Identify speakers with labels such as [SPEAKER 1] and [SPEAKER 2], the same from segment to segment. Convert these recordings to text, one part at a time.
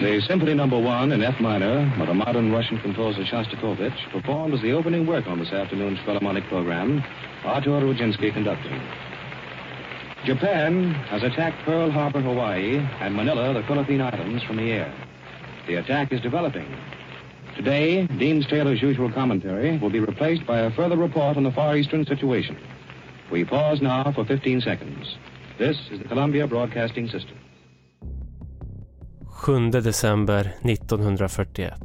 [SPEAKER 1] The Symphony Number One in F minor by the modern Russian composer Shostakovich performed as the opening work on this afternoon's Philharmonic program, Artur Rudinsky conducting. Japan has attacked Pearl Harbor, Hawaii, and Manila, the Philippine Islands, from the air. The attack is developing. Today, Dean's Taylor's usual commentary will be replaced by a further report on the Far Eastern situation. We pause now for 15 seconds. This is the Columbia Broadcasting System.
[SPEAKER 2] 7 december 1941.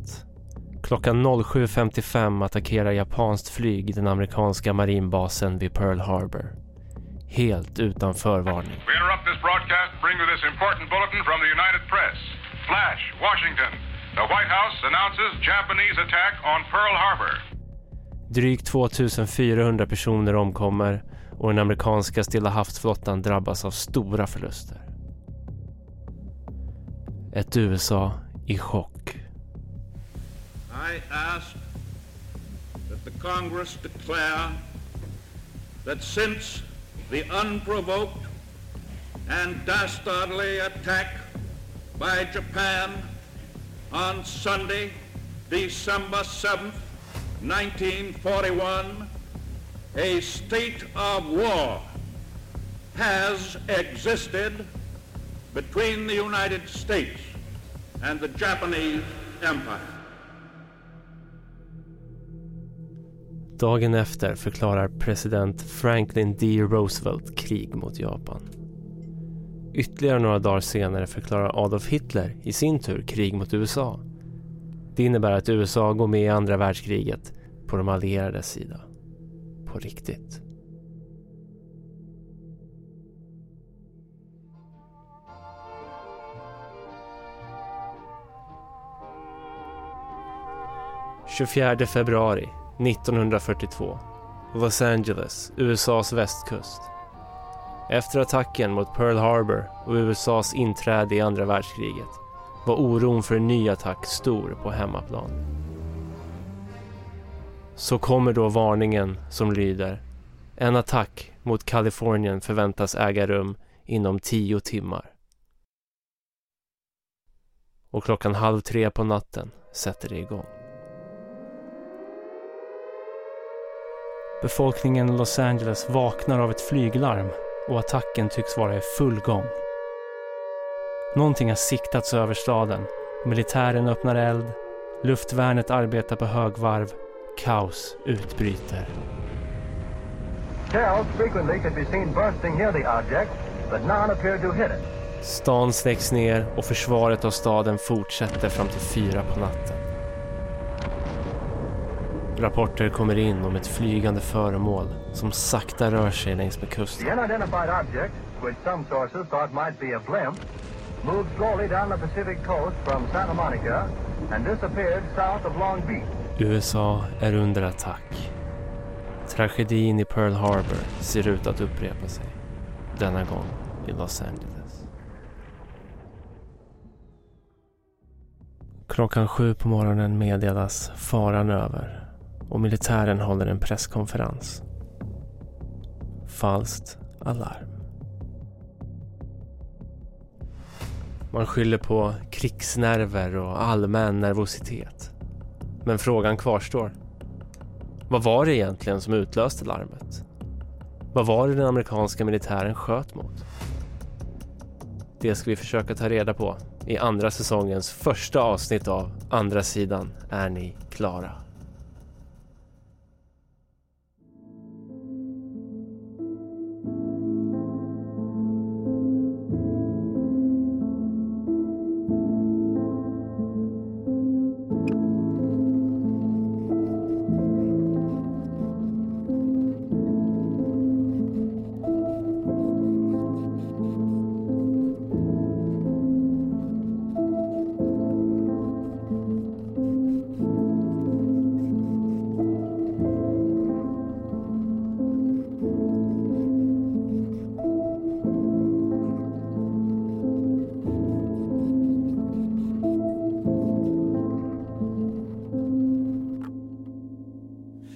[SPEAKER 2] Klockan 07.55 attackerar japanskt flyg den amerikanska marinbasen vid Pearl Harbor. Helt utan förvarning.
[SPEAKER 3] We interrupt this broadcast to bring you this important bulletin from the United Press. Flash, Washington. The White House announces Japanese attack on Pearl Harbor.
[SPEAKER 2] Drygt 2400 personer omkommer och den amerikanska Stilla havsflottan drabbas av stora förluster. Ett USA i chock.
[SPEAKER 4] I ask that the Congress declare that since the unprovoked and dastardly attack by Japan on Sunday, December 7th, 1941, a state of war has existed between the United States and the Japanese Empire.
[SPEAKER 2] Dagen efter förklarar president Franklin D. Roosevelt krig mot Japan. Ytterligare några dagar senare förklarar Adolf Hitler i sin tur krig mot USA. Det innebär att USA går med i andra världskriget på de allierades sida. På riktigt. –24 februari 1942. Los Angeles, USAs västkust. Efter attacken mot Pearl Harbor och USAs inträde i andra världskriget var oron för en ny attack stor på hemmaplan. Så kommer då varningen som lyder En attack mot Kalifornien förväntas äga rum inom tio timmar. Och klockan halv tre på natten sätter det igång. Befolkningen i Los Angeles vaknar av ett flyglarm och attacken tycks vara i full gång. Någonting har siktats över staden. Militären öppnar eld. Luftvärnet arbetar på högvarv. Kaos utbryter.
[SPEAKER 5] Shells frequently could be seen bursting near the object, but none appeared to hit it.
[SPEAKER 2] Stan släcks ner och försvaret av staden fortsätter fram till fyra på natten. Rapporter kommer in om ett flygande föremål som sakta rör sig längs med kusten.
[SPEAKER 5] The unidentified object, which some sources thought might be a blimp, moved slowly down the Pacific coast from Santa Monica and disappeared south of Long Beach.
[SPEAKER 2] USA är under attack. Tragedin i Pearl Harbor ser ut att upprepa sig. Denna gång i Los Angeles. Klockan sju på morgonen meddelas faran över och militären håller en presskonferens. Falskt alarm. Man skyller på krigsnerver och allmän nervositet. Men frågan kvarstår. Vad var det egentligen som utlöste larmet? Vad var det den amerikanska militären sköt mot? Det ska vi försöka ta reda på i andra säsongens första avsnitt av Andra sidan är ni klara.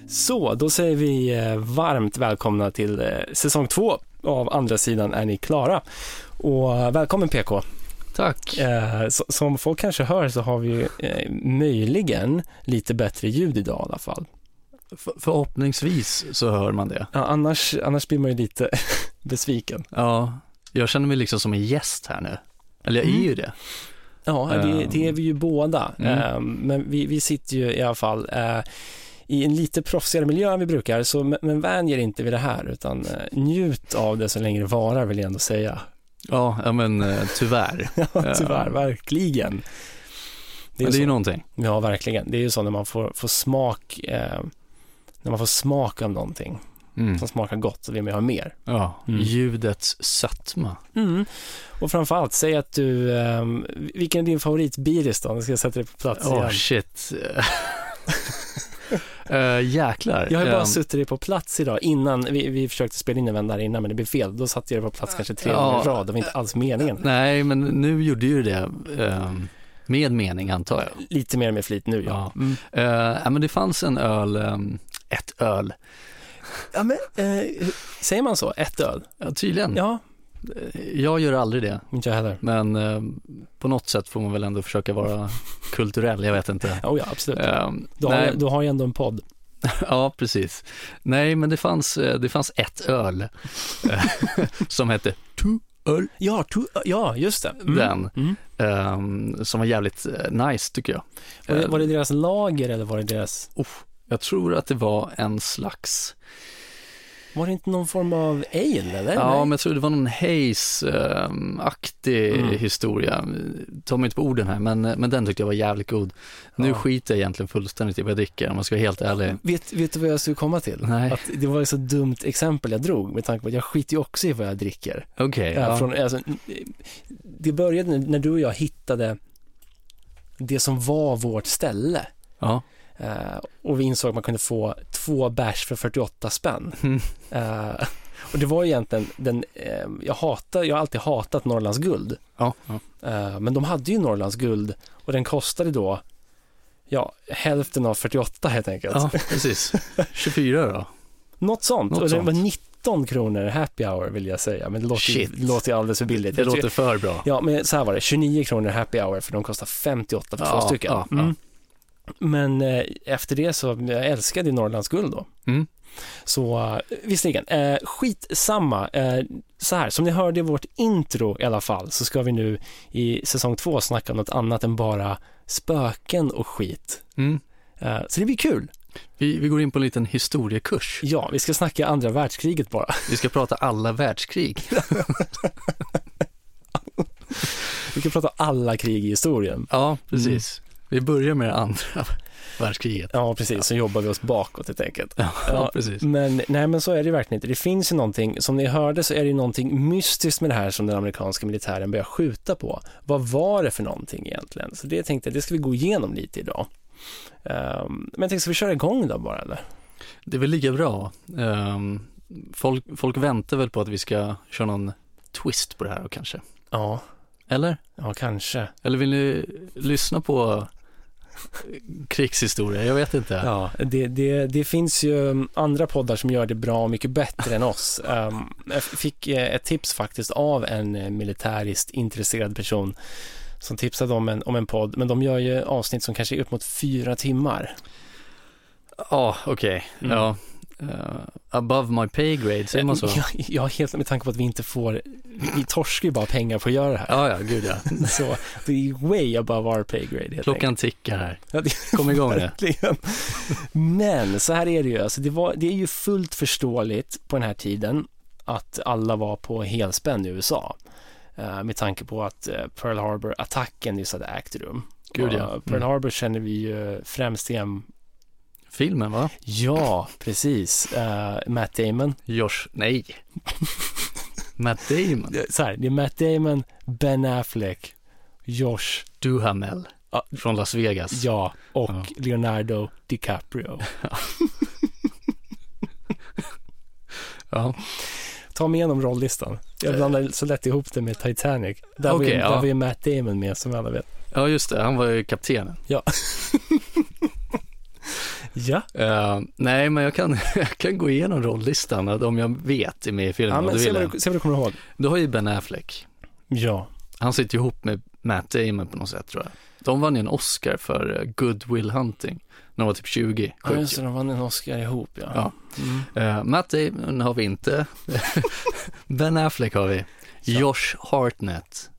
[SPEAKER 2] Så, då säger vi eh, varmt välkomna till eh, säsong två av Andra sidan är ni klara. Och eh, välkommen PK.
[SPEAKER 6] Tack.
[SPEAKER 2] Eh, så, som folk kanske hör så har vi ju eh, möjligen lite bättre ljud idag i alla fall.
[SPEAKER 7] F- förhoppningsvis så hör man det.
[SPEAKER 2] Ja, annars, annars blir man ju lite besviken.
[SPEAKER 7] Ja, jag känner mig liksom som en gäst här nu. Eller jag är
[SPEAKER 2] Mm.
[SPEAKER 7] ju det.
[SPEAKER 2] Ja, det,
[SPEAKER 7] Ehm.
[SPEAKER 2] det är vi ju båda.
[SPEAKER 7] Mm.
[SPEAKER 2] Ehm, men vi, vi sitter ju i alla fall eh, i en lite proffsigare miljö än vi brukar, så, men, men vän ger inte vid det här, utan eh, njut av det så länge det varar, vill jag ändå säga.
[SPEAKER 7] Ja, ja men eh, tyvärr.
[SPEAKER 2] Ja, tyvärr, verkligen. Det
[SPEAKER 7] men
[SPEAKER 2] är
[SPEAKER 7] det är ju
[SPEAKER 2] så,
[SPEAKER 7] någonting.
[SPEAKER 2] ja, verkligen. Det är ju så när man får, får smak, eh, när man får smak av någonting
[SPEAKER 7] Mm.
[SPEAKER 2] som smakar gott, så vill man ju ha mer.
[SPEAKER 7] Ja,
[SPEAKER 2] Mm.
[SPEAKER 7] ljudets sötma.
[SPEAKER 2] Mm. Och framförallt, säg att du, ehm, vilken är din favoritbiris då? Nu ska jag sätta dig på plats
[SPEAKER 7] Åh
[SPEAKER 2] igen.
[SPEAKER 7] shit. Eh, jäklar.
[SPEAKER 2] Jag har ju bara
[SPEAKER 7] Ehm,
[SPEAKER 2] suttit dig på plats idag innan, vi, vi försökte spela in en vän där innan men det blev fel. Då satte jag dig på plats kanske tre
[SPEAKER 7] Ja.
[SPEAKER 2] gånger i rad, det var inte alls meningen.
[SPEAKER 7] Nej, men nu gjorde ju det ehm, med mening antar jag.
[SPEAKER 2] Lite mer med flit nu ja.
[SPEAKER 7] Ja. Eh, ja, men det fanns en öl, ehm, ett öl,
[SPEAKER 2] ja men, eh, säger man så? Ett öl?
[SPEAKER 7] ja, tydligen.
[SPEAKER 2] Ja,
[SPEAKER 7] Jag gör aldrig det,
[SPEAKER 2] inte jag heller.
[SPEAKER 7] men ehm, på något sätt får man väl ändå försöka vara kulturell, jag vet inte.
[SPEAKER 2] Oh, ja, absolut.
[SPEAKER 7] Ehm,
[SPEAKER 2] Du har,
[SPEAKER 7] nej,
[SPEAKER 2] ju- du har ju ändå en podd.
[SPEAKER 7] Ja, precis. Nej, men det fanns, eh, det fanns ett öl eh, som hette Tu-öl,
[SPEAKER 2] Ja, to, ja just det. Mm.
[SPEAKER 7] den,
[SPEAKER 2] Mm.
[SPEAKER 7] ehm, som var jävligt eh, nice tycker jag.
[SPEAKER 2] Var, det,
[SPEAKER 7] Eh,
[SPEAKER 2] var det deras lager eller var det deras,
[SPEAKER 7] oh, jag tror att det var en slags
[SPEAKER 2] var det inte någon form av ale eller?
[SPEAKER 7] Ja,
[SPEAKER 2] Nej.
[SPEAKER 7] men jag tror det var någon Hayes-aktig
[SPEAKER 2] Mm.
[SPEAKER 7] historia. Ta mig inte på orden här, men, eh, men den tyckte jag var jävligt god. Nu
[SPEAKER 2] Ja. Mm.
[SPEAKER 7] skiter jag egentligen fullständigt i vad jag dricker, om man ska vara helt ärlig.
[SPEAKER 2] Vet, vet du vad jag skulle komma till?
[SPEAKER 7] Nej.
[SPEAKER 2] Att det var ett så dumt exempel jag drog med tanke på att jag skiter ju också i vad jag dricker.
[SPEAKER 7] Okej,
[SPEAKER 2] Ja.
[SPEAKER 7] ja.
[SPEAKER 2] Från, alltså, det började när du och jag hittade det som var vårt ställe.
[SPEAKER 7] ja.
[SPEAKER 2] Eh, och vi insåg att man kunde få två bärs för 48 spänn.
[SPEAKER 7] Mm.
[SPEAKER 2] Eh, och det var ju egentligen den, eh, jag hatar, jag har alltid hatat Norrlands guld.
[SPEAKER 7] ja. ja.
[SPEAKER 2] Eh, men de hade ju Norrlands guld och den kostade då, ja, hälften av 48 helt enkelt.
[SPEAKER 7] ja precis. 24 då.
[SPEAKER 2] Något sånt.
[SPEAKER 7] Något
[SPEAKER 2] och det var
[SPEAKER 7] sånt.
[SPEAKER 2] 19 kronor happy hour vill jag säga. Men det låter, ju,
[SPEAKER 7] Shit.
[SPEAKER 2] det låter ju alldeles för billigt.
[SPEAKER 7] Det
[SPEAKER 2] Jag tror-
[SPEAKER 7] låter för bra.
[SPEAKER 2] Ja, men så här var det. 29 kronor happy hour för de kostar 58 för
[SPEAKER 7] Ja,
[SPEAKER 2] två stycken.
[SPEAKER 7] ja, ja.
[SPEAKER 2] Mm. Men eh, efter det så, jag älskade ju Norrlands guld då.
[SPEAKER 7] Mm.
[SPEAKER 2] Så eh, visserligen, eh, skitsamma. Eh, så här, som ni hörde i vårt intro i alla fall, så ska vi nu i säsong två snacka om något annat än bara spöken och skit.
[SPEAKER 7] Mm.
[SPEAKER 2] Eh, så det blir kul.
[SPEAKER 7] Vi, vi går in på en liten historiekurs.
[SPEAKER 2] Ja, vi ska snacka andra världskriget bara.
[SPEAKER 7] Vi ska prata alla världskrig.
[SPEAKER 2] Vi kan prata alla krig i historien.
[SPEAKER 7] Ja, precis. Mm. Vi börjar med det andra världskriget.
[SPEAKER 2] Ja, precis. Så jobbar vi oss bakåt helt enkelt.
[SPEAKER 7] Ja,
[SPEAKER 2] Ja,
[SPEAKER 7] precis.
[SPEAKER 2] Men nej, men så är det ju verkligen inte. Det finns ju någonting, som ni hörde så är det ju någonting mystiskt med det här som den amerikanska militären börjar skjuta på. Vad var det för någonting egentligen? Så det tänkte jag, det ska vi gå igenom lite idag. Ehm, men jag tänkte, ska vi köra igång då bara eller?
[SPEAKER 7] Det är väl lika bra. Ehm, folk, folk väntar väl på att vi ska köra någon twist på det här och kanske.
[SPEAKER 2] Ja,
[SPEAKER 7] Eller?
[SPEAKER 2] ja kanske.
[SPEAKER 7] Eller vill ni lyssna på krigshistoria? Jag vet inte.
[SPEAKER 2] Ja, det, det, det finns ju um, andra poddar som gör det bra och mycket bättre än oss. Ehm, jag fick eh, ett tips faktiskt av en eh, militäriskt intresserad person som tipsade om en, om en podd, men de gör ju avsnitt som kanske är upp mot fyra timmar.
[SPEAKER 7] Ja, okej.
[SPEAKER 2] Mm.
[SPEAKER 7] Ja. Eh, above my pay grade, säger man så?
[SPEAKER 2] Jag, jag Eh, helt med tanke på att vi inte får, vi torskar ju bara pengar på att göra det här.
[SPEAKER 7] Ja, ja, gud ja.
[SPEAKER 2] Så det är way above our pay grade helt enkelt.
[SPEAKER 7] Klockan tickar här.
[SPEAKER 2] Ja, det-
[SPEAKER 7] Kom igång nu.
[SPEAKER 2] Verkligen. Men så här är det ju, alltså det, var, det är ju fullt förståeligt på den här tiden att alla var på helspänn i USA. Eh, med tanke på att eh, Pearl Harbor-attacken nyss hade ägt rum.
[SPEAKER 7] Gud, ja.
[SPEAKER 2] Och Pearl
[SPEAKER 7] Mm.
[SPEAKER 2] Harbor känner vi ju främst igen,
[SPEAKER 7] Filmen va?
[SPEAKER 2] ja precis, Eh, Matt Damon.
[SPEAKER 7] Josh, nej. Matt Damon,
[SPEAKER 2] Så här, det är Matt Damon, Ben Affleck, Josh
[SPEAKER 7] Duhamel
[SPEAKER 2] Ja.
[SPEAKER 7] från Las Vegas.
[SPEAKER 2] Ja, och
[SPEAKER 7] Ja.
[SPEAKER 2] Leonardo DiCaprio.
[SPEAKER 7] Ja.
[SPEAKER 2] Ta med honom rolllistan. Jag blandar så lätt ihop det med Titanic. Där, var,
[SPEAKER 7] Okej,
[SPEAKER 2] ju,
[SPEAKER 7] ja.
[SPEAKER 2] där var ju Matt Damon med som alla vet.
[SPEAKER 7] ja, just det. Han var ju kaptenen.
[SPEAKER 2] Ja,
[SPEAKER 7] Eh, nej, men jag kan, jag kan gå igenom rollistan, de jag vet är med i filmen.
[SPEAKER 2] ja
[SPEAKER 7] om du,
[SPEAKER 2] men se
[SPEAKER 7] vill
[SPEAKER 2] vad,
[SPEAKER 7] jag.
[SPEAKER 2] du, se vad du kommer ihåg.
[SPEAKER 7] du har ju Ben Affleck.
[SPEAKER 2] Ja,
[SPEAKER 7] Han sitter ihop med Matt Damon på något sätt tror jag. De vann ju en Oscar för eh, Good Will Hunting när de var typ 20.
[SPEAKER 2] Ja,
[SPEAKER 7] sjukt
[SPEAKER 2] just det,
[SPEAKER 7] ju.
[SPEAKER 2] de vann en Oscar ihop ja.
[SPEAKER 7] Ja. Eh, Matt Damon har vi inte. ben Affleck har vi. Josh Hartnett.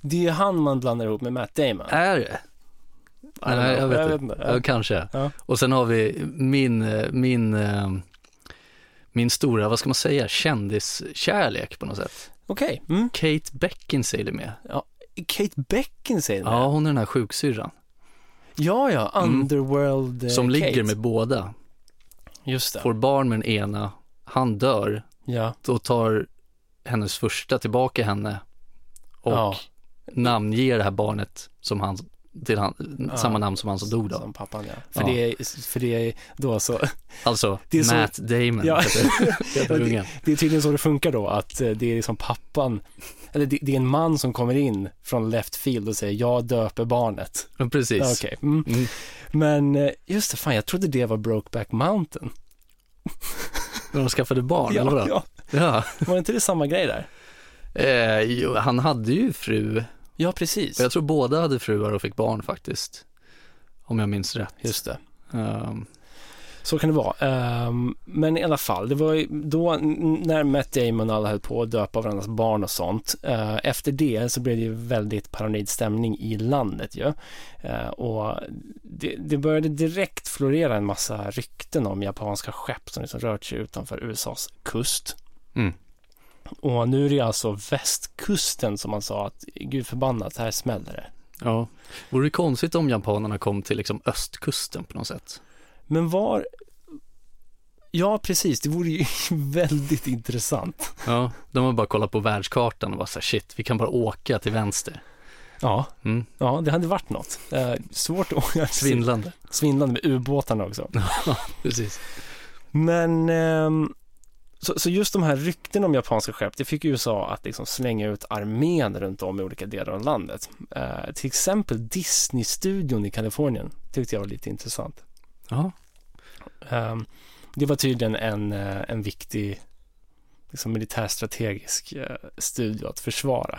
[SPEAKER 2] Det är ju han man blandar ihop med Matt Damon.
[SPEAKER 7] Är det?
[SPEAKER 2] don't
[SPEAKER 7] Nej, jag
[SPEAKER 2] know.
[SPEAKER 7] vet,
[SPEAKER 2] Jag
[SPEAKER 7] inte.
[SPEAKER 2] vet inte.
[SPEAKER 7] Ja, kanske.
[SPEAKER 2] Ja.
[SPEAKER 7] Och sen har vi min, eh, min, eh, min stora, vad ska man säga, kändiskärlek på något sätt.
[SPEAKER 2] Okej. Mm.
[SPEAKER 7] Kate Beckinsale är med.
[SPEAKER 2] Kate Beckinsale?
[SPEAKER 7] Ja, hon är den här sjuksyrran
[SPEAKER 2] ja, ja. Underworld eh,
[SPEAKER 7] som
[SPEAKER 2] Kate.
[SPEAKER 7] ligger med båda.
[SPEAKER 2] Just det.
[SPEAKER 7] Får barn med den ena, han dör,
[SPEAKER 2] Ja.
[SPEAKER 7] då tar hennes första tillbaka henne och
[SPEAKER 2] Ja.
[SPEAKER 7] namnger det här barnet som han, till han,
[SPEAKER 2] Ja.
[SPEAKER 7] samma namn som han som dog då.
[SPEAKER 2] Som pappan ja. För,
[SPEAKER 7] Ja.
[SPEAKER 2] Det är, för det är då så.
[SPEAKER 7] Alltså,
[SPEAKER 2] Det är så-
[SPEAKER 7] Matt Damon
[SPEAKER 2] Ja.
[SPEAKER 7] heter, heter ungen.
[SPEAKER 2] Det är tydligen så det funkar då, att eh, det är liksom pappan, eller det, det är en man som kommer in från left field och säger jag döper barnet.
[SPEAKER 7] Ja, Precis.
[SPEAKER 2] Ja, Okej. Mm.
[SPEAKER 7] Mm.
[SPEAKER 2] Men eh, just det, fan jag trodde det var Brokeback Mountain.
[SPEAKER 7] När de skaffade barn, eller vadå?
[SPEAKER 2] ja.
[SPEAKER 7] Ja.
[SPEAKER 2] Var inte det samma grej där?
[SPEAKER 7] Eh, jo, han hade ju fru.
[SPEAKER 2] Ja, precis.
[SPEAKER 7] Jag tror båda hade fruar och fick barn faktiskt. Om jag minns rätt.
[SPEAKER 2] Just det.
[SPEAKER 7] Ehm,
[SPEAKER 2] Så kan det vara. Ehm, men i alla fall, det var ju då n- när Matt Damon och alla höll på att döpa varandras barn och sånt. eh, efter det så blev det ju väldigt paranoid stämning i landet ju. Eh, och det, det började direkt florera en massa rykten om japanska skepp som liksom rört sig utanför USAs kust.
[SPEAKER 7] Mm.
[SPEAKER 2] Och nu är det ju alltså västkusten som man sa att gud förbannat, här smäller det.
[SPEAKER 7] ja. Vore det konstigt om japanerna kom till liksom östkusten på något sätt?
[SPEAKER 2] Men var... Ja, precis. Det vore ju väldigt intressant.
[SPEAKER 7] Ja, de har bara kollat på världskartan och bara så här, shit, vi kan bara åka till vänster.
[SPEAKER 2] Ja,
[SPEAKER 7] Mm.
[SPEAKER 2] ja det hade varit något. Eh, svårt att åka
[SPEAKER 7] Svindlande.
[SPEAKER 2] svindlande med ubåtarna också.
[SPEAKER 7] Precis.
[SPEAKER 2] Men ehm, så, så just de här rykten om japanska skepp, det fick ju USA att liksom slänga ut armén runt om i olika delar av landet. Eh, till exempel Disney-studion i Kalifornien tyckte jag var lite intressant.
[SPEAKER 7] Ja,
[SPEAKER 2] Ehm, det var tydligen en, eh, en viktig liksom militärstrategisk eh, studio att försvara.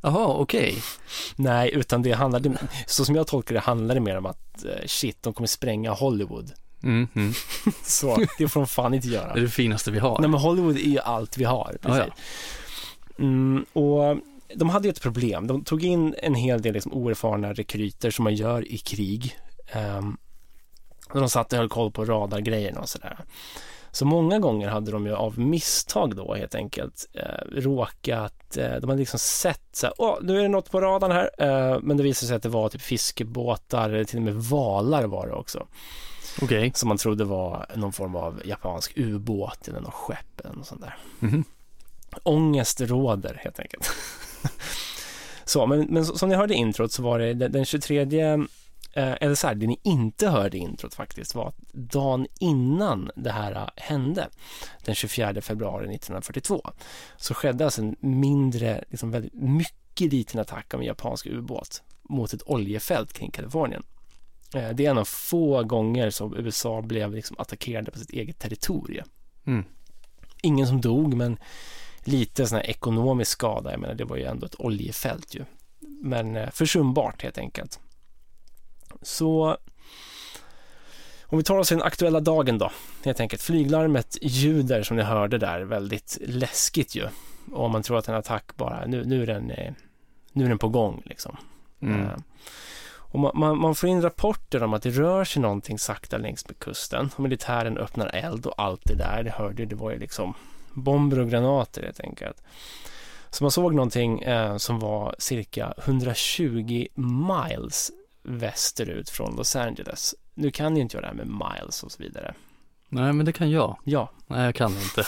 [SPEAKER 7] jaha, okej.
[SPEAKER 2] Nej, utan det handlade, så som jag tolkar det, handlade det mer om att eh, shit, de kommer spränga Hollywood.
[SPEAKER 7] Mm, mm.
[SPEAKER 2] Så det får de fan inte göra.
[SPEAKER 7] Det är det finaste vi har.
[SPEAKER 2] Nej, men Hollywood är ju allt vi har. Liksom.
[SPEAKER 7] Ja, ja.
[SPEAKER 2] Precis. Mm, och de hade ju ett problem. De tog in en hel del liksom, oerfarna rekryter som man gör i krig. Ehm, och de satt och höll koll på radargrejerna och sådär. Så många gånger hade de ju av misstag då helt enkelt eh, råkat, eh, de hade liksom sett så här, åh, nu är det något på radarn här, eh, men det visade sig att det var typ fiskebåtar, eller till och med valar var det också
[SPEAKER 7] Okej.
[SPEAKER 2] som man trodde var någon form av japansk ubåt eller något skepp eller något sånt där.
[SPEAKER 7] Mhm.
[SPEAKER 2] Ångest råder helt enkelt. så, men, men så- som ni hörde i introt så var det den den 23 eh, eller så här, det ni inte hörde i introt faktiskt var att dagen innan det här eh, hände, den 24 februari 1942, så skedde alltså en mindre, liksom väldigt mycket liten attack av en japansk ubåt mot ett oljefält kring Kalifornien. Eh, Det är en av få gånger som USA blev liksom attackerade på sitt eget territorium.
[SPEAKER 7] Mm.
[SPEAKER 2] Ingen som dog, men lite sån här ekonomisk skada. Jag menar, det var ju ändå ett oljefält ju. Men eh, försumbart helt enkelt. Så om vi tar oss till den aktuella dagen då, helt enkelt. Flyglarmet ljuder som ni hörde där, väldigt läskigt ju. Och om man tror att en attack bara, nu, nu, är, den, eh, nu är den på gång liksom.
[SPEAKER 7] Mm.
[SPEAKER 2] Eh, Och man, man, man får in rapporter om att det rör sig någonting sakta längs med kusten. Och militären öppnar eld och allt det där. Det hörde ju, det var ju liksom bomber och granater helt enkelt. Så man såg någonting eh, som var cirka 120 miles västerut från Los Angeles. Nu kan ju inte jag det här med miles och så vidare.
[SPEAKER 7] Nej, men det kan jag.
[SPEAKER 2] Ja,
[SPEAKER 7] Nej, jag kan inte.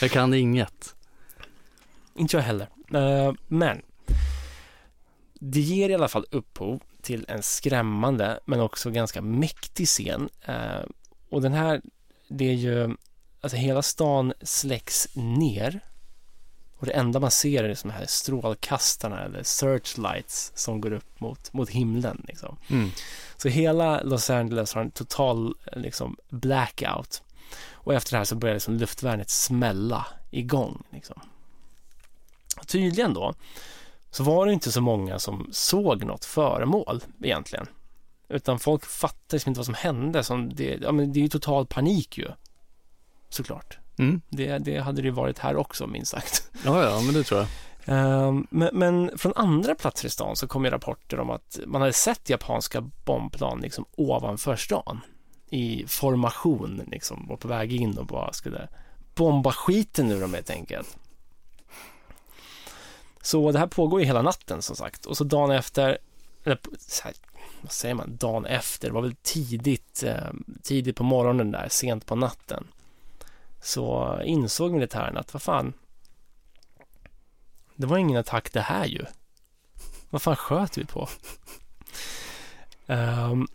[SPEAKER 7] jag kan inget.
[SPEAKER 2] Inte jag heller. Eh, men det ger i alla fall upphov till en skrämmande men också ganska mäktig scen. Eh, och den här, det är ju, alltså hela stan släcks ner. Och det enda man ser är liksom de här strålkastarna eller searchlights som går upp mot, mot himlen. Liksom.
[SPEAKER 7] Mm.
[SPEAKER 2] Så hela Los Angeles har en total eh, liksom, blackout. Och efter det här så börjar liksom luftvärnet smälla igång. Liksom. Tydligen då, så var det inte så många som såg något föremål egentligen. Utan folk fattade liksom inte vad som hände. Som det, ja, men det är ju total panik ju, såklart.
[SPEAKER 7] Mm.
[SPEAKER 2] Det, det hade det ju varit här också, minst sagt.
[SPEAKER 7] Ja, ja, men det tror jag.
[SPEAKER 2] Ehm, men, men från andra platser i stan så kom ju rapporter om att man hade sett japanska bombplan liksom ovanför stan i formation liksom var på väg in och bara skulle bomba skiten nu dem helt enkelt. Så det här pågår ju hela natten som sagt och så dagen efter, eller så här, vad säger man, dagen efter, det var väl tidigt, eh, tidigt på morgonen där, sent på natten. Så insåg militären att vad fan, det var ingen attack det här ju. Vad fan sköt vi på? Ehm,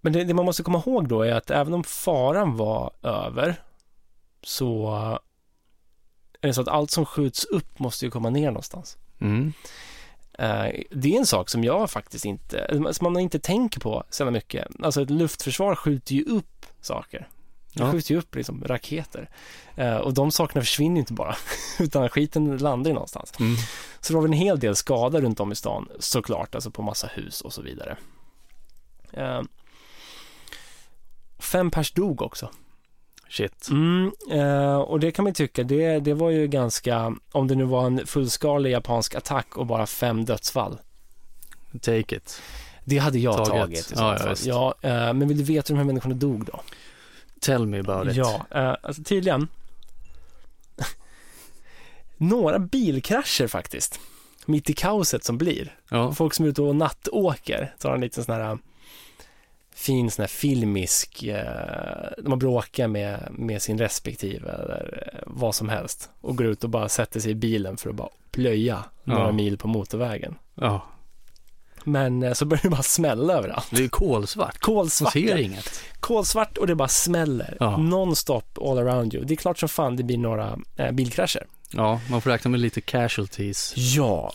[SPEAKER 2] men det, det man måste komma ihåg då är att även om faran var över så är det så att allt som skjuts upp måste ju komma ner någonstans.
[SPEAKER 7] Mm.
[SPEAKER 2] Eh, det är en sak som jag faktiskt inte, som man inte tänker på så jävla mycket. Alltså ett luftförsvar skjuter ju upp saker. De
[SPEAKER 7] Ja.
[SPEAKER 2] skjuter ju upp liksom raketer. Eh, och de sakerna försvinner ju inte bara, utan skiten landar ju någonstans.
[SPEAKER 7] Mm.
[SPEAKER 2] Så det var väl en hel del skada runt om i stan, såklart, alltså på massa hus och så vidare. Eh, fem pers dog också.
[SPEAKER 7] Shit.
[SPEAKER 2] Mm, eh, och det kan man ju tycka, det, det var ju ganska, om det nu var en fullskalig japansk attack och bara fem dödsfall.
[SPEAKER 7] Take it.
[SPEAKER 2] Det hade jag
[SPEAKER 7] Taget.
[SPEAKER 2] tagit, i så
[SPEAKER 7] Ja, ja,
[SPEAKER 2] fall.
[SPEAKER 7] visst.
[SPEAKER 2] Ja, eh, men vill du veta hur de här människorna dog då?
[SPEAKER 7] Tell me about it.
[SPEAKER 2] Ja, eh, alltså tydligen. Några bilkrascher faktiskt, mitt i kaoset som blir.
[SPEAKER 7] Ja.
[SPEAKER 2] folk som är ute och nattåker tar en liten sån här eh, fin sån här filmisk, eh, de har bråkat med, med sin respektive eller eh, vad som helst och går ut och bara sätter sig i bilen för att bara plöja några
[SPEAKER 7] Ja.
[SPEAKER 2] mil på motorvägen.
[SPEAKER 7] ja.
[SPEAKER 2] Men eh, så börjar det bara smälla överallt.
[SPEAKER 7] Det är kolsvart. Man
[SPEAKER 2] Kolsvart,
[SPEAKER 7] ser inget.
[SPEAKER 2] kolsvart och det bara smäller
[SPEAKER 7] Ja.
[SPEAKER 2] nonstop all around you. Det är klart som fan det blir några eh, bilkrascher.
[SPEAKER 7] Ja, man får räkna med lite casualties.
[SPEAKER 2] Ja,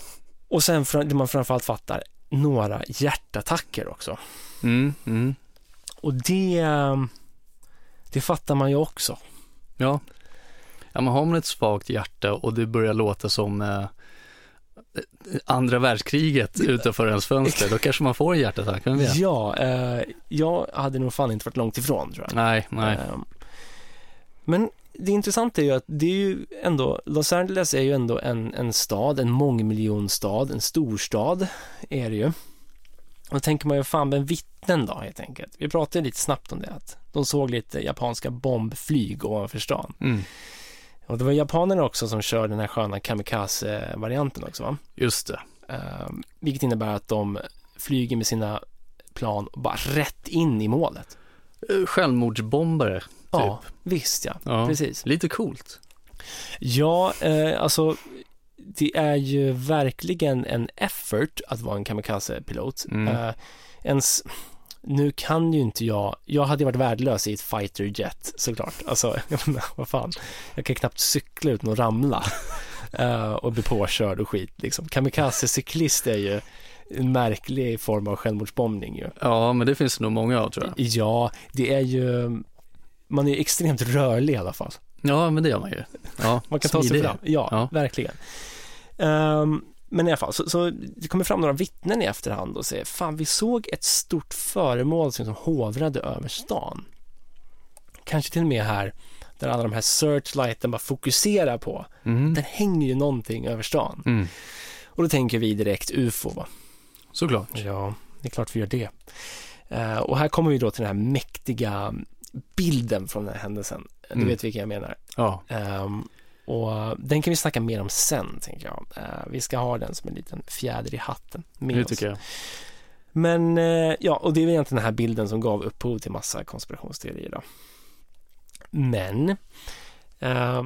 [SPEAKER 2] och sen fra- det man framförallt fattar, några hjärtattacker också.
[SPEAKER 7] Mm, mm.
[SPEAKER 2] Och det, eh, det fattar man ju också.
[SPEAKER 7] Ja. ja, man har man ett svagt hjärta och det börjar låta som eh, andra världskriget utanför ens fönster, då kanske man får en hjärtattack, vem vet?
[SPEAKER 2] Ja, eh, jag hade nog fan inte varit långt ifrån tror jag.
[SPEAKER 7] Nej, nej.
[SPEAKER 2] Eh, men det intressanta är ju att det är ju ändå, Los Angeles är ju ändå en, en stad, en mångmiljonstad, en storstad är det ju. Och då tänker man ju fan, men vittnen då helt enkelt. Vi pratade lite snabbt om det, att de såg lite japanska bombflyg ovanför stan.
[SPEAKER 7] Mm.
[SPEAKER 2] Och det var japanerna också som körde den här sköna kamikaze-varianten också va?
[SPEAKER 7] Just det.
[SPEAKER 2] Eh, vilket innebär att de flyger med sina plan och bara rätt in i målet.
[SPEAKER 7] Eh, Självmordsbombare, typ.
[SPEAKER 2] Ja, visst ja.
[SPEAKER 7] Ja.
[SPEAKER 2] Precis.
[SPEAKER 7] Lite coolt.
[SPEAKER 2] Ja, eh, alltså det är ju verkligen en effort att vara en kamikazepilot.
[SPEAKER 7] Mm.
[SPEAKER 2] Eh, ens, nu kan ju inte jag, jag hade ju varit värdelös i ett fighterjet såklart. Alltså, jag menar, vad fan, jag kan knappt cykla utan att ramla eh, och bli påkörd och skit liksom. Kamikazecyklist är ju en märklig form av självmordsbombning ju.
[SPEAKER 7] Ja, men det finns det nog många av tror jag.
[SPEAKER 2] Ja, det är ju, man är extremt rörlig i alla fall.
[SPEAKER 7] Ja, men det gör man ju. Ja,
[SPEAKER 2] Man kan ta sig
[SPEAKER 7] smidig.
[SPEAKER 2] fram. Ja,
[SPEAKER 7] Ja.
[SPEAKER 2] verkligen. Ehm, men i alla fall, så, så det kommer fram några vittnen i efterhand och säger, fan vi såg ett stort föremål som liksom hovrade över stan. Kanske till och med här, där alla de här searchlighten bara fokuserar på.
[SPEAKER 7] Mm.
[SPEAKER 2] Där hänger ju någonting över stan.
[SPEAKER 7] Mm.
[SPEAKER 2] Och då tänker vi direkt UFO. Va?
[SPEAKER 7] Såklart.
[SPEAKER 2] Ja, det är klart vi gör det. Eh, och här kommer vi då till den här mäktiga bilden från den här händelsen. Du
[SPEAKER 7] Mm.
[SPEAKER 2] vet vilken jag menar.
[SPEAKER 7] Ja.
[SPEAKER 2] Ehm, och den kan vi snacka mer om sen, tänker jag. Eh, vi ska ha den som en liten fjäder i hatten med
[SPEAKER 7] Det
[SPEAKER 2] oss.
[SPEAKER 7] tycker jag.
[SPEAKER 2] Men eh, ja, och det är väl egentligen den här bilden som gav upphov till massa konspirationsteorier då. Men eh,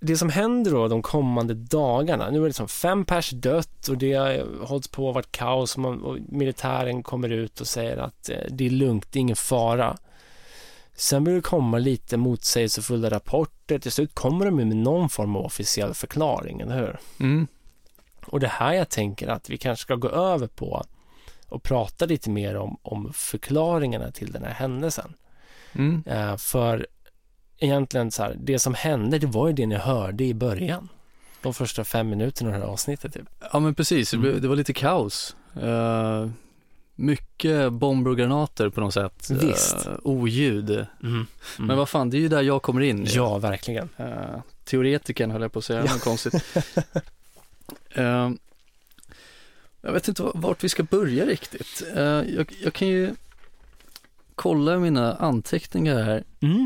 [SPEAKER 2] det som händer då de kommande dagarna, nu är det liksom fem pers dött och det har hållit på och varit kaos och, man, och militären kommer ut och säger att eh, det är lugnt, det är ingen fara. Sen börjar det komma lite motsägelsefulla rapporter, till slut kommer de ju med någon form av officiell förklaring, eller hur?
[SPEAKER 7] Mm.
[SPEAKER 2] Och det här jag tänker att vi kanske ska gå över på och prata lite mer om, om förklaringarna till den här händelsen.
[SPEAKER 7] Mm.
[SPEAKER 2] Eh, för egentligen så här, det som hände, det var ju det ni hörde i början. de första fem minuterna av det här avsnittet. Typ.
[SPEAKER 7] Ja men precis, det, blev, det var lite kaos. Eh, mycket bomber och granater på något sätt. Eh,
[SPEAKER 2] Visst.
[SPEAKER 7] oljud. Men vad fan, det är ju där jag kommer in.
[SPEAKER 2] Ja, verkligen.
[SPEAKER 7] Uh, teoretiken höll jag på att säga, något konstigt. Eh, jag vet inte vart vi ska börja riktigt. Eh, jag, jag kan ju kolla mina anteckningar här.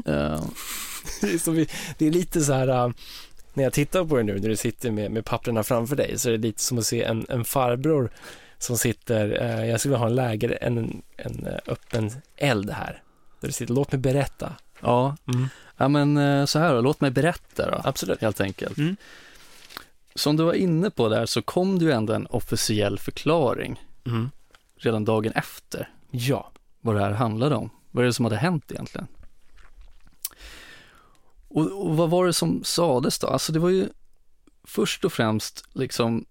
[SPEAKER 7] Eh,
[SPEAKER 2] Det är som vi- det är lite så här, äh, när jag tittar på det nu, när du sitter med, med papperna framför dig, så är det lite som att se en, en farbror som sitter, äh, jag skulle vilja ha en läger, en, en äh, öppen eld här. Där du sitter, låt mig berätta.
[SPEAKER 7] ja,
[SPEAKER 2] Mm.
[SPEAKER 7] ja men eh, så här då, låt mig berätta då.
[SPEAKER 2] Absolut.
[SPEAKER 7] helt enkelt.
[SPEAKER 2] Mm.
[SPEAKER 7] Som du var inne på där så kom det ju ändå en officiell förklaring
[SPEAKER 2] Mm.
[SPEAKER 7] redan dagen efter
[SPEAKER 2] Ja.
[SPEAKER 7] vad det här handlade om. Vad är det som hade hänt egentligen? Och, och vad var det som sades då? Alltså det var ju först och främst liksom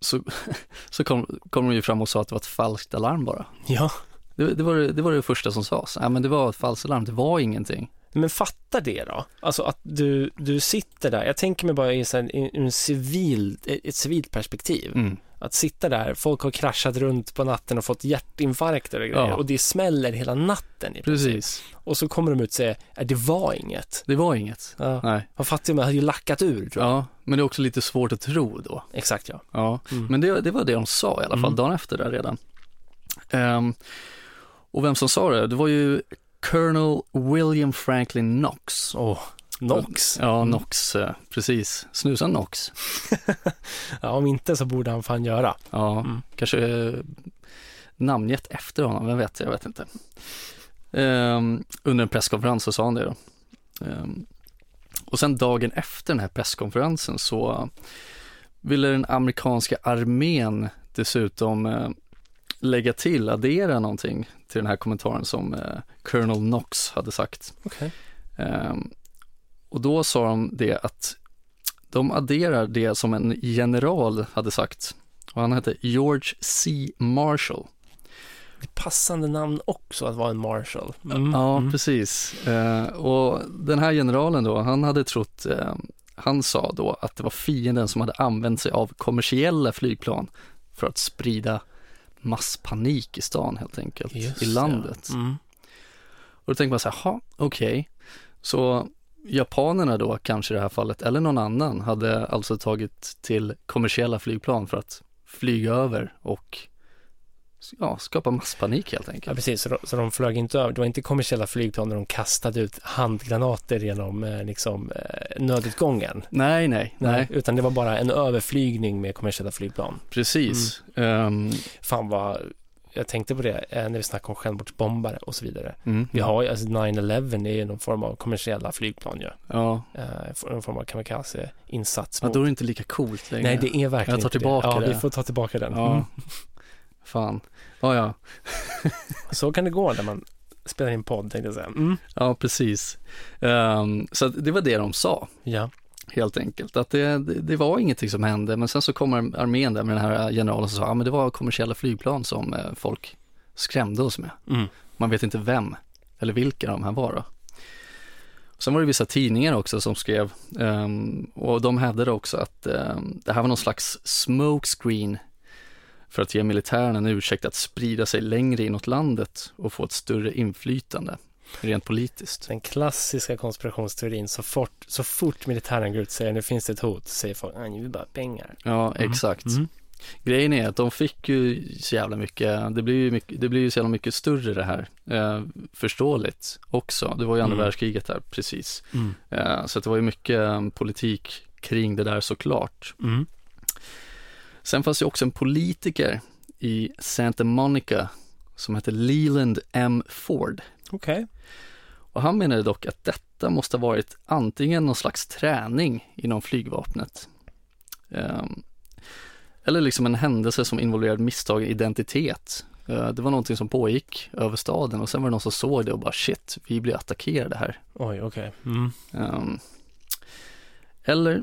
[SPEAKER 7] så, så kom, kom de ju fram och sa att det var ett falskt alarm bara.
[SPEAKER 2] Ja.
[SPEAKER 7] Det, det, var, det det var det första som sades. Nej men det var ett falskt alarm, det var ingenting.
[SPEAKER 2] Men fatta det då, alltså att du, du sitter där, jag tänker mig bara i, så här, i en civil, ett civilt perspektiv.
[SPEAKER 7] Mm.
[SPEAKER 2] Att sitta där, folk har kraschat runt på natten och fått hjärtinfarkter och grejer
[SPEAKER 7] Ja.
[SPEAKER 2] och det smäller hela natten. i princip.
[SPEAKER 7] Precis,
[SPEAKER 2] Och så kommer de ut och säger, "Nej, det var inget.
[SPEAKER 7] det var inget.
[SPEAKER 2] Ja.
[SPEAKER 7] Nej.
[SPEAKER 2] Man fattar ju, man hade ju lackat ur tror jag.
[SPEAKER 7] Ja, men det är också lite svårt att tro då.
[SPEAKER 2] Exakt ja.
[SPEAKER 7] Ja, men det, det var det de sa i alla fall, dagen efter där redan. Ehm, och vem som sa det? Det var ju Colonel William Franklin Knox.
[SPEAKER 2] Åh, Nox.
[SPEAKER 7] Ja, Knox, eh, precis. Snusa Knox.
[SPEAKER 2] Ja, om inte så borde han fan göra.
[SPEAKER 7] Ja,
[SPEAKER 2] Mm.
[SPEAKER 7] kanske eh, namngett efter honom, vem vet, jag vet inte. Ehm, under en presskonferens så sa han det då. Ehm, och sen dagen efter den här presskonferensen så ville den amerikanska armén dessutom eh, lägga till, addera någonting till den här kommentaren som eh, Colonel Knox hade sagt.
[SPEAKER 2] Okej.
[SPEAKER 7] Ehm, och då sa de det att de adderar det som en general hade sagt och han hette George C. Marshall.
[SPEAKER 2] Det Passande namn också att vara en Marshall. Mm.
[SPEAKER 7] Ja, precis. Eh, och den här generalen då, han hade trott, eh, han sa då att det var fienden som hade använt sig av kommersiella flygplan för att sprida masspanik i stan helt enkelt,
[SPEAKER 2] Just
[SPEAKER 7] i
[SPEAKER 2] det.
[SPEAKER 7] landet.
[SPEAKER 2] Mm.
[SPEAKER 7] Och då tänker man så här, "Ha, okej. Så japanerna då kanske i det här fallet, eller någon annan, hade alltså tagit till kommersiella flygplan för att flyga över och ja, skapa masspanik helt
[SPEAKER 2] Ja,
[SPEAKER 7] enkelt.
[SPEAKER 2] precis. Så de, så de flög inte över. Det var inte kommersiella flygplan där de kastade ut handgranater genom eh, liksom, eh, nödutgången.
[SPEAKER 7] Nej, nej, nej,
[SPEAKER 2] Utan det var bara en överflygning med kommersiella flygplan.
[SPEAKER 7] precis.
[SPEAKER 2] Mm.
[SPEAKER 7] Ehm,
[SPEAKER 2] Fan vad, jag tänkte på det eh, när vi snackade om självmordsbombare och så vidare.
[SPEAKER 7] mm,
[SPEAKER 2] Vi har ju, alltså 9-11 är ju någon form av kommersiella flygplan ju.
[SPEAKER 7] ja.
[SPEAKER 2] Eh, för- någon form av kamikaze-insats.
[SPEAKER 7] ja,
[SPEAKER 2] mot-
[SPEAKER 7] då är det inte lika coolt längre.
[SPEAKER 2] Nej, det är verkligen
[SPEAKER 7] Jag tar
[SPEAKER 2] inte
[SPEAKER 7] tillbaka
[SPEAKER 2] det. Ja,
[SPEAKER 7] det.
[SPEAKER 2] vi får ta tillbaka den.
[SPEAKER 7] Ja,
[SPEAKER 2] Mm.
[SPEAKER 7] fan. Ja, ja.
[SPEAKER 2] Så kan det gå när man spelar in podd, tänkte jag säga. Mm.
[SPEAKER 7] ja precis. Ehm, så att det var det de sa.
[SPEAKER 2] Ja.
[SPEAKER 7] helt enkelt. Att det, det, det var ingenting som hände, men sen så kommer armén där med den här generalen som sa, ja men det var kommersiella flygplan som eh, folk skrämde oss med.
[SPEAKER 2] Mm.
[SPEAKER 7] Man vet inte vem eller vilka de här var då. Sen var det vissa tidningar också som skrev, ehm, och de hävdade också att ehm, det här var någon slags smokescreen för att ge militären en ursäkt att sprida sig längre inåt landet och få ett större inflytande rent politiskt.
[SPEAKER 2] Den klassiska konspirationsteorin, så fort, så fort militären går ut och säger nu finns det ett hot, så säger folk, nej, nu är det bara pengar.
[SPEAKER 7] Ja,
[SPEAKER 2] Mm.
[SPEAKER 7] exakt. Grejen är att de fick ju så jävla mycket, det blir ju, mycket, det blir ju så jävla mycket större det här, eh, förståeligt också. Det var ju andra
[SPEAKER 2] Mm.
[SPEAKER 7] världskriget där precis. Eh, så att det var ju mycket eh, politik kring det där såklart.
[SPEAKER 2] Mm.
[SPEAKER 7] Sen fanns det också en politiker i Santa Monica som hette Leland M. Ford.
[SPEAKER 2] Okej.
[SPEAKER 7] Och han menade dock att detta måste ha varit antingen någon slags träning inom flygvapnet. Ehm, eller liksom en händelse som involverade misstag i identitet. Eh, det var någonting som pågick över staden och sen var det någon som såg det och bara shit, vi blir attackerade här.
[SPEAKER 2] Oj, okej. Mm.
[SPEAKER 7] Ehm, eller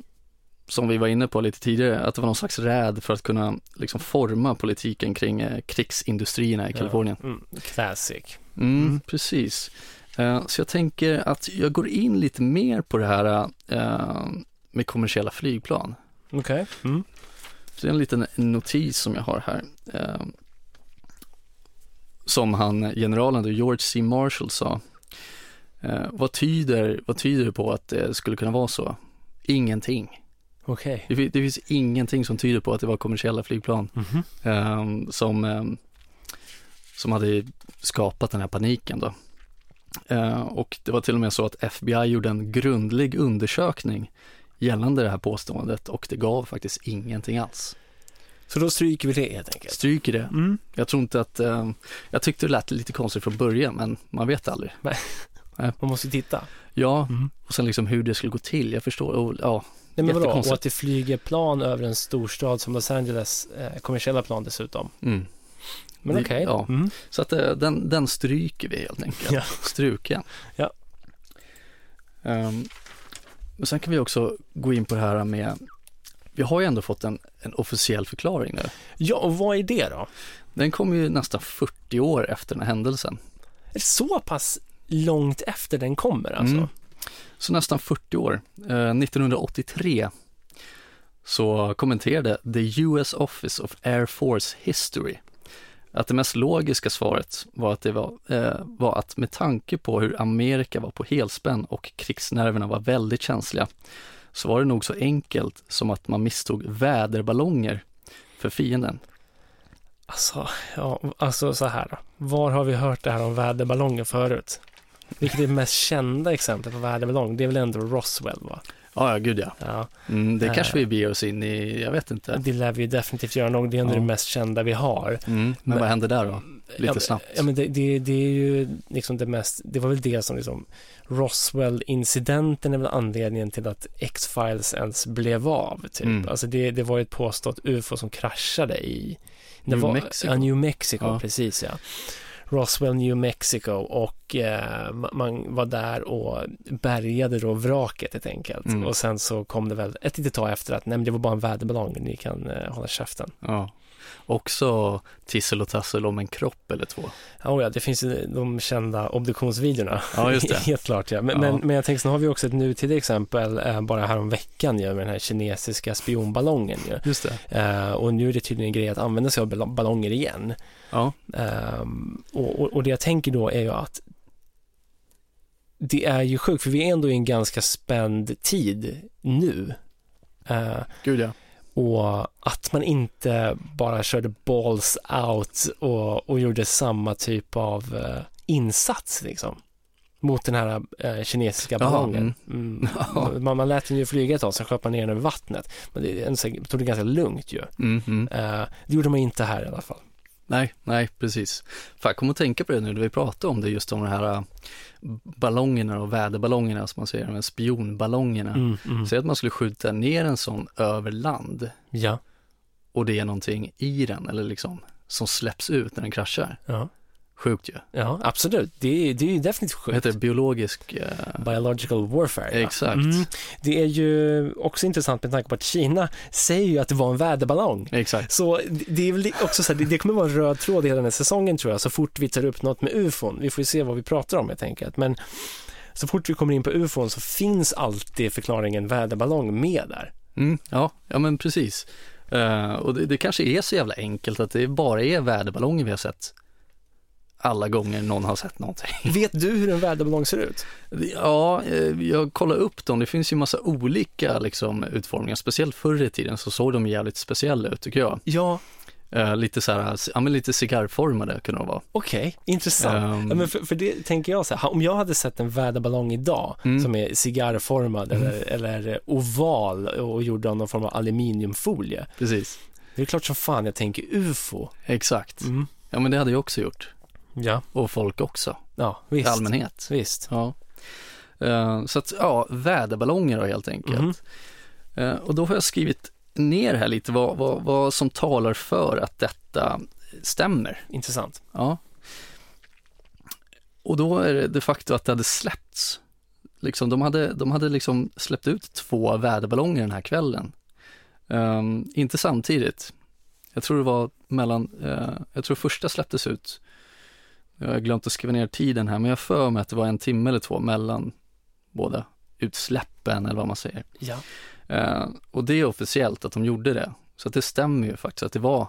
[SPEAKER 7] som vi var inne på lite tidigare, att det var någon slags räd för att kunna liksom forma politiken kring eh, krigsindustrierna i Kalifornien.
[SPEAKER 2] Mm. Classic.
[SPEAKER 7] Mm, precis. Eh, Så jag tänker att jag går in lite mer på det här eh, med kommersiella flygplan.
[SPEAKER 2] Okej. Mm.
[SPEAKER 7] Så det är en liten notis som jag har här. Eh, som han, generalen då, George C. Marshall sa. Eh, vad, tyder, vad tyder det på att det skulle kunna vara så? Ingenting.
[SPEAKER 2] Okej.
[SPEAKER 7] Det, fi- det finns ingenting som tyder på att det var kommersiella flygplan
[SPEAKER 2] Mhm.
[SPEAKER 7] eh, som, eh, som hade skapat den här paniken då. Eh, och det var till och med så att FBI gjorde en grundlig undersökning gällande det här påståendet och det gav faktiskt ingenting alls.
[SPEAKER 2] Så då stryker vi det helt enkelt.
[SPEAKER 7] Stryker det.
[SPEAKER 2] Mm.
[SPEAKER 7] Jag tror inte att, eh, jag tyckte det lät lite konstigt från början, men man vet aldrig.
[SPEAKER 2] Man måste ju titta.
[SPEAKER 7] Ja,
[SPEAKER 2] Mm.
[SPEAKER 7] och sen liksom hur det skulle gå till, jag förstår, och, ja,
[SPEAKER 2] Nej, men vadå?
[SPEAKER 7] Jättekonstigt.
[SPEAKER 2] Och att det flyger plan över en storstad som Los Angeles, eh, kommersiella plan dessutom.
[SPEAKER 7] mm.
[SPEAKER 2] Men
[SPEAKER 7] Det-
[SPEAKER 2] okej.
[SPEAKER 7] ja.
[SPEAKER 2] Mm.
[SPEAKER 7] Så att eh, den, den stryker vi helt enkelt.
[SPEAKER 2] Ja.
[SPEAKER 7] Struken.
[SPEAKER 2] Ja.
[SPEAKER 7] Ehm, och sen kan vi också gå in på det här med, vi har ju ändå fått en, en officiell förklaring nu.
[SPEAKER 2] ja, och vad är det då?
[SPEAKER 7] Den kom ju nästan 40 år efter den här händelsen.
[SPEAKER 2] Är det så pass långt efter den kommer alltså?
[SPEAKER 7] Mm. Så nästan 40 år. Eh, 1983 så kommenterade the US Office of Air Force History att det mest logiska svaret var att det var, eh, var att med tanke på hur Amerika var på helspänn och krigsnerverna var väldigt känsliga så var det nog så enkelt som att man misstog väderballonger för fienden.
[SPEAKER 2] Alltså, ja, alltså så här då. Var har vi hört det här om väderballonger förut? Vilket är det mest kända exemplet på väderballong? Det är väl ändå Roswell va?
[SPEAKER 7] Ja, ja, gud ja.
[SPEAKER 2] Ja,
[SPEAKER 7] Mm, det kanske
[SPEAKER 2] Eh.
[SPEAKER 7] vi beger oss in i, jag vet inte.
[SPEAKER 2] det lär vi ju definitivt göra någon gång. Det är ändå
[SPEAKER 7] Ja.
[SPEAKER 2] det mest kända vi har.
[SPEAKER 7] Mm, men vad hände där då?
[SPEAKER 2] Ja,
[SPEAKER 7] Lite
[SPEAKER 2] men-
[SPEAKER 7] snabbt.
[SPEAKER 2] Ja, men det, det, det är ju liksom det mest, det var väl det som liksom Roswell-incidenten är väl anledningen till att X-Files ens blev av. Typ.
[SPEAKER 7] Mm.
[SPEAKER 2] Alltså det, det var ju ett påstått UFO som kraschade i
[SPEAKER 7] New
[SPEAKER 2] var,
[SPEAKER 7] Mexico.
[SPEAKER 2] Ja, New Mexico,
[SPEAKER 7] Ja.
[SPEAKER 2] precis ja. Roswell, New Mexico och eh, ma- man var där och bärgade då vraket helt enkelt.
[SPEAKER 7] Mm.
[SPEAKER 2] Och sen så kom det väl ett litet tag efter att nej men det var bara en väderballong, ni kan eh, hålla käften.
[SPEAKER 7] Ja. Också tissel och tassel om en kropp eller två.
[SPEAKER 2] Oh ja, det finns ju de kända obduktionsvideorna.
[SPEAKER 7] Ja, just det.
[SPEAKER 2] Helt klart, ja. Men,
[SPEAKER 7] Ja.
[SPEAKER 2] Men, men jag tänker, sen har vi också ett nutida exempel, eh, bara häromveckan ju, med den här kinesiska spionballongen ju.
[SPEAKER 7] Just det.
[SPEAKER 2] Eh, och nu är det tydligen en grej att använda sig av ball- ballonger igen.
[SPEAKER 7] Ja,
[SPEAKER 2] Ehm, och, och, och det jag tänker då är ju att det är ju sjukt, för vi är ändå i en ganska spänd tid nu. Eh,
[SPEAKER 7] gud ja.
[SPEAKER 2] och att man inte bara körde balls out och, och gjorde samma typ av eh, insats liksom. Mot den här eh, kinesiska
[SPEAKER 7] Jaha,
[SPEAKER 2] ballongen. Mm. Man, man lät den ju flyga ett tag, sen sköt man ner den över vattnet. Men det, är en sån- tog det ganska lugnt ju.
[SPEAKER 7] Mm, mm.
[SPEAKER 2] Eh, det gjorde man inte här i alla fall.
[SPEAKER 7] Nej, nej, precis. Fan, jag kom att tänka på det nu när vi pratade om det, just om de här äh, ballongerna och väderballongerna som man säger, de här spionballongerna. Säg att man skulle skjuta ner en sån över land
[SPEAKER 2] Ja,
[SPEAKER 7] och det är någonting i den, eller liksom, som släpps ut när den kraschar.
[SPEAKER 2] ja,
[SPEAKER 7] Sjukt ju.
[SPEAKER 2] ja, absolut. Det är, det är ju definitivt
[SPEAKER 7] Vad
[SPEAKER 2] sjukt.
[SPEAKER 7] heter det? Biologisk... eh,
[SPEAKER 2] Biological warfare. ja.
[SPEAKER 7] Exakt.
[SPEAKER 2] Det är ju också intressant med tanke på att Kina säger ju att det var en väderballong.
[SPEAKER 7] Exakt.
[SPEAKER 2] Så det- det är väl också så här, det- det kommer vara en röd tråd i hela den här säsongen tror jag, så fort vi tar upp något med ufon. Vi får ju se vad vi pratar om helt enkelt. Men så fort vi kommer in på ufon så finns alltid förklaringen väderballong med där.
[SPEAKER 7] Mm, ja, ja, men precis. Eh, och det, det kanske är så jävla enkelt att det bara är väderballonger vi har sett alla gånger någon har sett någonting.
[SPEAKER 2] Vet du hur en väderballong ser ut?
[SPEAKER 7] Ja, eh, jag kollade upp dem. Det finns ju massa olika liksom, utformningar. Speciellt förr i tiden så såg de jävligt speciella ut tycker jag.
[SPEAKER 2] Ja,
[SPEAKER 7] Eh, lite så här, ja, men lite cigarrformade kunde de vara.
[SPEAKER 2] okej, intressant.
[SPEAKER 7] Ehm.
[SPEAKER 2] ja, men för, för det tänker jag så här, om jag hade sett en väderballong idag
[SPEAKER 7] Mm.
[SPEAKER 2] som är cigarrformad eller, eller oval och gjord av någon form av aluminiumfolie.
[SPEAKER 7] Precis.
[SPEAKER 2] Det är klart som fan jag tänker ufo.
[SPEAKER 7] Exakt.
[SPEAKER 2] Mm.
[SPEAKER 7] Ja, men det hade jag också gjort.
[SPEAKER 2] Ja,
[SPEAKER 7] Och folk också,
[SPEAKER 2] ja
[SPEAKER 7] i
[SPEAKER 2] visst.
[SPEAKER 7] allmänhet.
[SPEAKER 2] Visst.
[SPEAKER 7] Ja. Eh, Så att, ja, väderballonger då helt enkelt.
[SPEAKER 2] Mhm.
[SPEAKER 7] Eh, Och då har jag skrivit ner här lite vad, vad, vad som talar för att detta stämmer.
[SPEAKER 2] Intressant.
[SPEAKER 7] Ja. Och då är det de facto att det hade släppts. Liksom, de hade, de hade liksom släppt ut två väderballonger den här kvällen. Ehm, inte samtidigt. Jag tror det var mellan, eh, jag tror första släpptes ut. Jag har glömt att skriva ner tiden här, men jag har för mig att det var en timme eller två mellan båda utsläppen eller vad man säger.
[SPEAKER 2] Ja.
[SPEAKER 7] Eh, och det är officiellt att de gjorde det. Så att det stämmer ju faktiskt att det var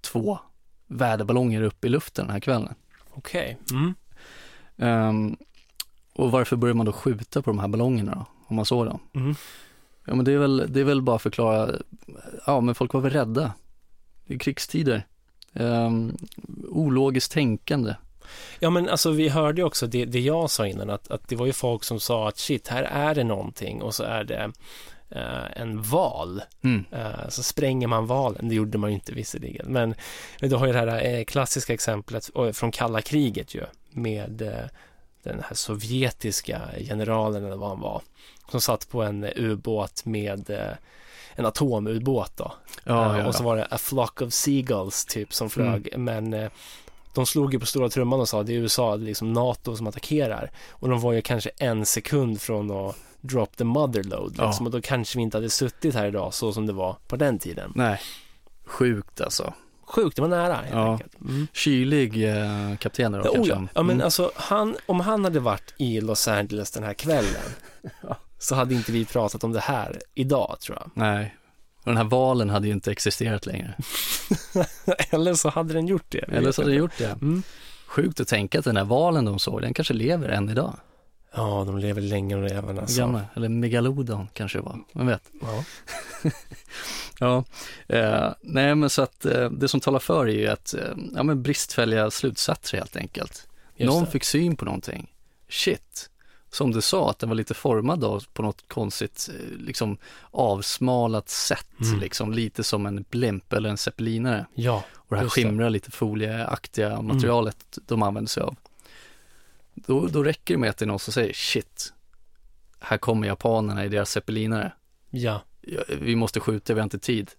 [SPEAKER 7] två väderballonger uppe i luften den här kvällen.
[SPEAKER 6] Okej. Mm.
[SPEAKER 7] Ehm, och varför började man då skjuta på de här ballongerna då, om man såg dem?
[SPEAKER 6] Mm.
[SPEAKER 7] Ja men det är väl, det är väl bara att förklara, ja men folk var väl rädda. Det är krigstider. Um, ologiskt tänkande.
[SPEAKER 2] Ja, men alltså vi hörde ju också det, det jag sa innan, att, att det var ju folk som sa att shit, här är det någonting och så är det eh, en val.
[SPEAKER 7] Mm.
[SPEAKER 2] Eh, så spränger man valen, det gjorde man ju inte visserligen, men, men du har ju det här eh, klassiska exemplet eh, från kalla kriget ju, med eh, den här sovjetiska generalen eller vad han var, som satt på en eh, ubåt med eh, en atomubåt då,
[SPEAKER 7] Ja,
[SPEAKER 2] Eh,
[SPEAKER 7] ja,
[SPEAKER 2] och så
[SPEAKER 7] ja. Mm.
[SPEAKER 2] var det A Flock of Seagulls typ som flög. Men eh, de slog ju på stora trumman och sa det är USA, det är liksom NATO som attackerar. Och de var ju kanske en sekund från att drop the motherload. Liksom.
[SPEAKER 7] Ja.
[SPEAKER 2] Och då kanske vi inte hade suttit här idag så som det var på den tiden.
[SPEAKER 7] Nej, sjukt alltså.
[SPEAKER 2] Sjukt, det var nära helt
[SPEAKER 7] Ja.
[SPEAKER 2] enkelt. Mm.
[SPEAKER 7] Kylig eh, kapten där då
[SPEAKER 2] Ja, oh
[SPEAKER 7] kanske.
[SPEAKER 2] ja. ja, men
[SPEAKER 7] Mm.
[SPEAKER 2] alltså han, om han hade varit i Los Angeles den här kvällen så hade inte vi pratat om det här idag tror jag.
[SPEAKER 7] Nej, och den här valen hade ju inte existerat längre.
[SPEAKER 2] Eller så hade den gjort det.
[SPEAKER 7] Eller så hade den gjort det.
[SPEAKER 2] Mm.
[SPEAKER 7] Sjukt att tänka att den här valen de såg, den kanske lever än idag.
[SPEAKER 2] Ja, de lever länge de jävlarna. alltså.
[SPEAKER 7] Gamla, eller megalodon kanske det var, vem vet.
[SPEAKER 2] Ja.
[SPEAKER 7] Ja, eh, nej men så att eh, det som talar för är ju att, eh, ja men bristfälliga slutsatser helt enkelt.
[SPEAKER 2] Just
[SPEAKER 7] Någon
[SPEAKER 2] det.
[SPEAKER 7] fick syn på någonting. Shit, som du sa att den var lite formad av på något konstigt, eh, liksom avsmalat sätt,
[SPEAKER 2] Mm.
[SPEAKER 7] liksom lite som en blimp eller en zeppelinare.
[SPEAKER 2] Ja,
[SPEAKER 7] Och det här
[SPEAKER 2] just det. Mm.
[SPEAKER 7] skimrar lite folieaktiga materialet de använder sig av. Då, då räcker det med att det är någon som säger shit, här kommer japanerna i deras zeppelinare.
[SPEAKER 2] Ja,
[SPEAKER 7] Ja, vi måste skjuta, vi har inte tid.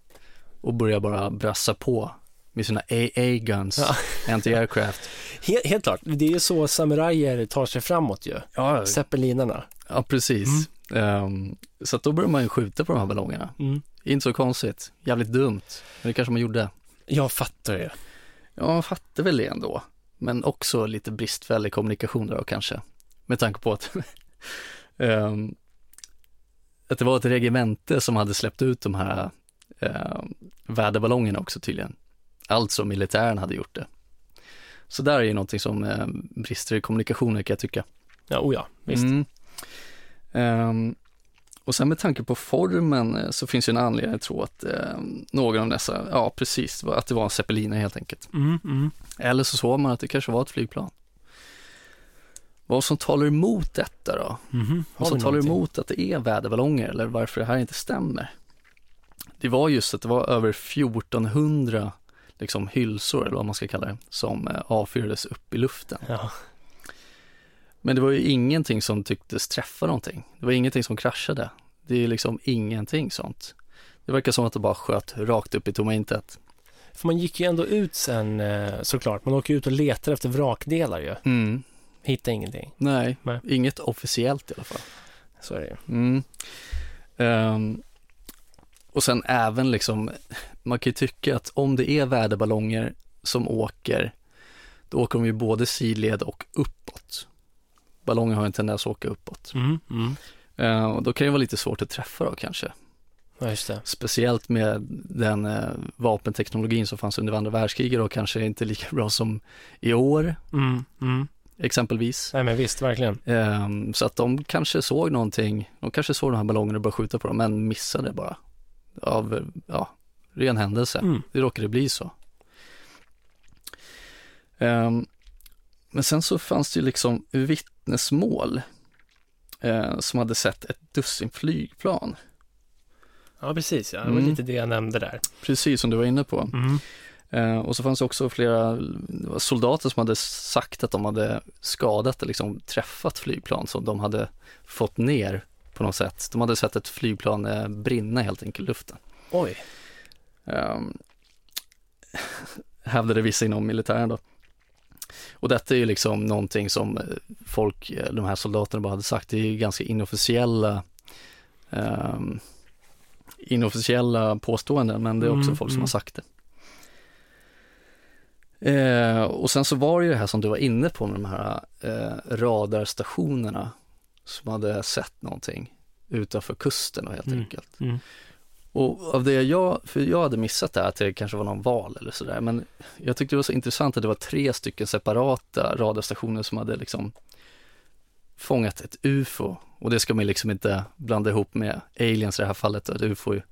[SPEAKER 7] Och börjar bara brassa på med sina AA-guns,
[SPEAKER 2] Ja.
[SPEAKER 7] anti-aircraft.
[SPEAKER 2] helt, helt klart. Det är ju så samurajer tar sig framåt ju.
[SPEAKER 7] Ja,
[SPEAKER 2] Zeppelinarna.
[SPEAKER 7] ja precis. Ehm, så att då börjar man ju skjuta på de här ballongerna.
[SPEAKER 2] Mm.
[SPEAKER 7] Inte så konstigt, jävligt dumt, men det kanske man gjorde.
[SPEAKER 2] Jag fattar ju.
[SPEAKER 7] Ja, man fattar väl det ändå. Men också lite bristfällig kommunikation där då kanske. Med tanke på att, ehm, att det var ett regemente som hade släppt ut de här um, väderballongerna också tydligen. Alltså militären hade gjort det. Så där är ju någonting som eh, brister i kommunikationen kan jag tycka.
[SPEAKER 2] Ja, oh ja, visst.
[SPEAKER 7] Mm. Ehm, och sen med tanke på formen eh, så finns ju en anledning att tro att ehm, någon av dessa, ja precis, att det var en zeppelinare helt enkelt.
[SPEAKER 2] Mm, mm.
[SPEAKER 7] Eller så såg man att det kanske var ett flygplan. Vad som talar emot detta då?
[SPEAKER 2] Mhm. Har
[SPEAKER 7] Vad som
[SPEAKER 2] vi
[SPEAKER 7] talar
[SPEAKER 2] någonting?
[SPEAKER 7] emot att det är väderballonger eller varför det här inte stämmer? Det var just att det var över 1400 liksom hylsor eller vad man ska kalla det som eh, avfyrades upp i luften.
[SPEAKER 2] Ja.
[SPEAKER 7] Men det var ju ingenting som tycktes träffa någonting. Det var ingenting som kraschade. Det är liksom ingenting sånt. Det verkar som att det bara sköt rakt upp i tomma intet.
[SPEAKER 2] För man gick ju ändå ut sen eh, såklart. Man åker ut och letar efter vrakdelar ju.
[SPEAKER 7] Mm.
[SPEAKER 2] Hittar ingenting.
[SPEAKER 7] Nej,
[SPEAKER 2] Nej.
[SPEAKER 7] inget officiellt i alla fall.
[SPEAKER 2] Så är det ju.
[SPEAKER 7] Mm. Ehm, och sen även liksom, man kan ju tycka att om det är väderballonger som åker, då åker de ju både sidled och uppåt. Ballonger har ju en tendens att åka uppåt.
[SPEAKER 2] Mm, mm.
[SPEAKER 7] Ehm, och då kan det vara lite svårt att träffa då kanske.
[SPEAKER 2] Ja, just det.
[SPEAKER 7] Speciellt med den eh, vapenteknologin som fanns under andra världskriget och kanske inte lika bra som i år
[SPEAKER 2] Mm, mm.
[SPEAKER 7] exempelvis.
[SPEAKER 2] Nej, men visst, verkligen.
[SPEAKER 7] Ehm, så att de kanske såg någonting, de kanske såg de här ballongerna och började skjuta på dem, men missade bara. Av, ja, ren händelse.
[SPEAKER 2] Mm.
[SPEAKER 7] Det råkade bli så. Ehm, men sen så fanns det ju liksom vittnesmål eh, som hade sett ett dussin flygplan,
[SPEAKER 2] Ja, precis. Ja. Det var
[SPEAKER 7] Mm.
[SPEAKER 2] lite det jag nämnde där.
[SPEAKER 7] precis som du var inne på.
[SPEAKER 2] Mm.
[SPEAKER 7] Eh, och så fanns det också flera det var soldater som hade sagt att de hade skadat, eller liksom träffat flygplan som de hade fått ner på något sätt. De hade sett ett flygplan eh, brinna helt enkelt i luften.
[SPEAKER 2] Oj.
[SPEAKER 7] Eh, hävdade vissa inom militären då. Och detta är ju liksom någonting som eh, folk, eh, de här soldaterna bara hade sagt, det är ju ganska inofficiella eh, inofficiella påståenden, men det är också
[SPEAKER 2] Mm,
[SPEAKER 7] folk som
[SPEAKER 2] mm.
[SPEAKER 7] har sagt det. Eh, och sen så var det ju det här som du var inne på med de här eh, radarstationerna som hade sett någonting. utanför kusterna helt
[SPEAKER 6] Mm.
[SPEAKER 7] enkelt.
[SPEAKER 6] Mm.
[SPEAKER 7] Och av det jag, för jag hade missat det här att det kanske var någon val eller sådär, men jag tyckte det var så intressant att det var tre stycken separata radiostationer som hade liksom fångat ett UFO och det ska man liksom inte blanda ihop med aliens i det här fallet, ett UFO är ju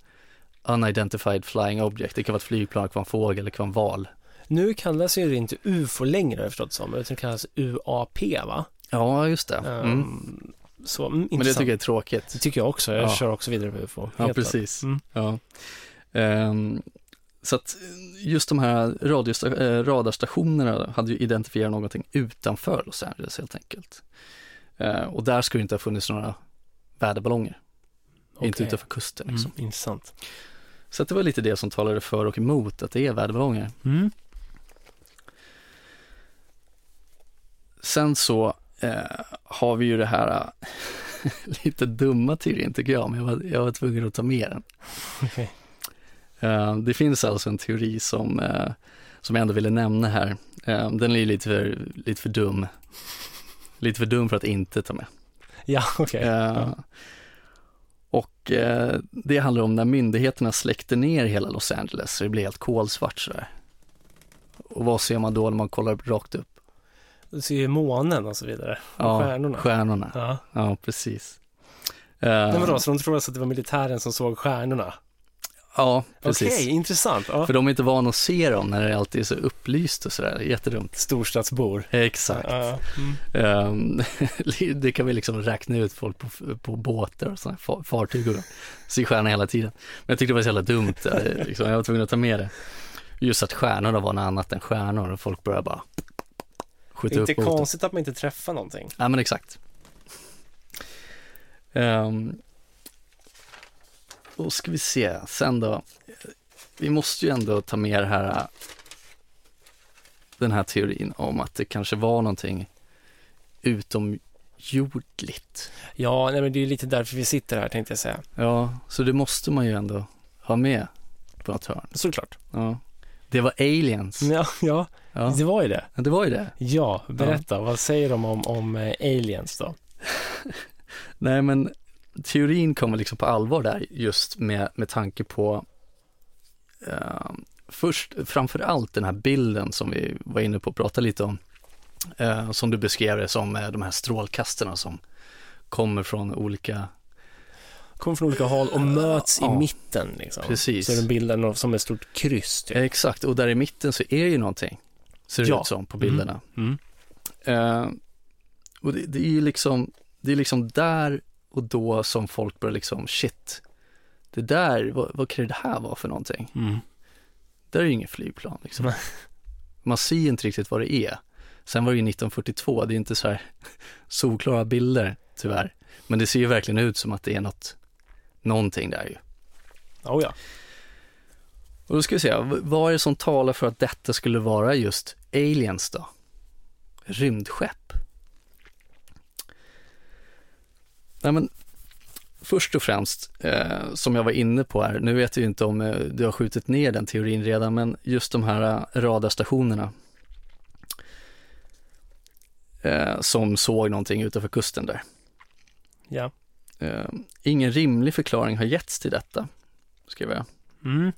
[SPEAKER 7] unidentified flying object, det kan vara ett flygplan, det kan vara en fågel, det kan vara en val.
[SPEAKER 6] Nu kallas ju det inte UFO längre har jag förstått som, utan det kallas UAP va?
[SPEAKER 7] Ja, just det.
[SPEAKER 6] Ehm,
[SPEAKER 7] Mm.
[SPEAKER 6] Så, mm,
[SPEAKER 7] Men det
[SPEAKER 6] intressant.
[SPEAKER 7] tycker jag är tråkigt.
[SPEAKER 6] det tycker jag också, jag
[SPEAKER 7] Ja.
[SPEAKER 6] kör också vidare på UFO.
[SPEAKER 7] Ja,
[SPEAKER 6] Helt klart.
[SPEAKER 7] precis.
[SPEAKER 6] Mm.
[SPEAKER 7] Ja. Ehm, så att just de här radiosta- eh, radarstationerna hade ju identifierat någonting utanför Los Angeles helt enkelt. Eh, och där skulle det inte ha funnits några väderballonger, inte
[SPEAKER 6] Okej.
[SPEAKER 7] utanför kusten. Liksom.
[SPEAKER 6] Mm, intressant.
[SPEAKER 7] Så att det var lite det som talade för och emot att det är väderballonger.
[SPEAKER 6] Mm.
[SPEAKER 7] Sen så eh, har vi ju det här eh, lite dumma teorin tycker jag, men jag var, jag var tvungen att ta med den.
[SPEAKER 6] Okej.
[SPEAKER 7] Eh, det finns alltså en teori som, eh, som jag ändå ville nämna här. Eh, den är ju lite för, lite för dum. Lite för dum för att inte ta med.
[SPEAKER 6] Ja, okej.
[SPEAKER 7] Eh, och eh, det handlar om när myndigheterna släckte ner hela Los Angeles så det blev helt kolsvart sådär. Och vad ser man då när man kollar rakt upp?
[SPEAKER 6] Du ser ju månen och så vidare.
[SPEAKER 7] Ja,
[SPEAKER 6] stjärnorna.
[SPEAKER 7] Stjärnorna,
[SPEAKER 6] Ja.
[SPEAKER 7] ja precis.
[SPEAKER 6] Nej,
[SPEAKER 7] Eh,
[SPEAKER 6] vadå, så de tror alltså att det var militären som såg stjärnorna?
[SPEAKER 7] ja,
[SPEAKER 6] Okej,
[SPEAKER 7] precis.
[SPEAKER 6] intressant. Ja.
[SPEAKER 7] För de är inte vana att se dem när det alltid är så upplyst och sådär, jättedumt.
[SPEAKER 6] Storstadsbor.
[SPEAKER 7] Exakt.
[SPEAKER 6] Ja.
[SPEAKER 7] Ehm, det kan vi liksom räkna ut folk på, på båtar och sådana fa- fartyg och ser stjärnor hela tiden. Men jag tyckte det var så jävla dumt, där, liksom. jag var tvungen att ta med det. Just att stjärnorna var något annat än stjärnor och folk började bara
[SPEAKER 6] Det
[SPEAKER 7] skjuta
[SPEAKER 6] är inte
[SPEAKER 7] upp mot dem.
[SPEAKER 6] konstigt att man inte träffar någonting.
[SPEAKER 7] Ja men exakt. Ehm, då ska vi se, sen då. Vi måste ju ändå ta med det här, äh, den här teorin om att det kanske var någonting utomjordligt.
[SPEAKER 6] Ja, nej, men det är ju lite därför vi sitter här tänkte jag säga.
[SPEAKER 7] Ja, så det måste man ju ändå ha med på något hörn.
[SPEAKER 6] Såklart.
[SPEAKER 7] Ja. Det var aliens.
[SPEAKER 6] Ja, ja,
[SPEAKER 7] Ja,
[SPEAKER 6] det var ju det.
[SPEAKER 7] det var ju det.
[SPEAKER 6] Ja, berätta. Vad säger de om, om eh, aliens då?
[SPEAKER 7] Nej, men teorin kommer liksom på allvar där just med, med tanke på eh, först, framför allt den här bilden som vi var inne på att prata lite om, eh, som du beskrev det som eh, de här strålkastarna som kommer från olika,
[SPEAKER 6] Kommer från olika håll och möts
[SPEAKER 7] Ja.
[SPEAKER 6] i mitten liksom.
[SPEAKER 7] Precis.
[SPEAKER 6] Så de bildar något som ett stort kryss typ.
[SPEAKER 7] Eh, exakt, och där i mitten så är ju någonting, ser det
[SPEAKER 6] Ja.
[SPEAKER 7] ut som på bilderna.
[SPEAKER 6] Mm.
[SPEAKER 7] Eh, och det, det är ju liksom, det är liksom där och då som folk börjar liksom, shit, det där, vad, vad kan det här vara för någonting?
[SPEAKER 6] Mm.
[SPEAKER 7] där är ju inget flygplan liksom.
[SPEAKER 6] Nej.
[SPEAKER 7] Man ser ju inte riktigt vad det är. Sen var det ju 1942, det är inte så här solklara bilder tyvärr. Men det ser ju verkligen ut som att det är något, någonting där ju.
[SPEAKER 6] Oh, ja.
[SPEAKER 7] Och då ska vi se, v- vad är det som talar för att detta skulle vara just aliens då? Rymdskepp? Nej men, först och främst, eh, som jag var inne på här, nu vet jag ju inte om eh, du har skjutit ner den teorin redan, men just de här eh, radarstationerna eh, som såg någonting utanför kusten där.
[SPEAKER 6] ja.
[SPEAKER 7] Eh, ingen rimlig förklaring har getts till detta, skriver jag.
[SPEAKER 6] Mm.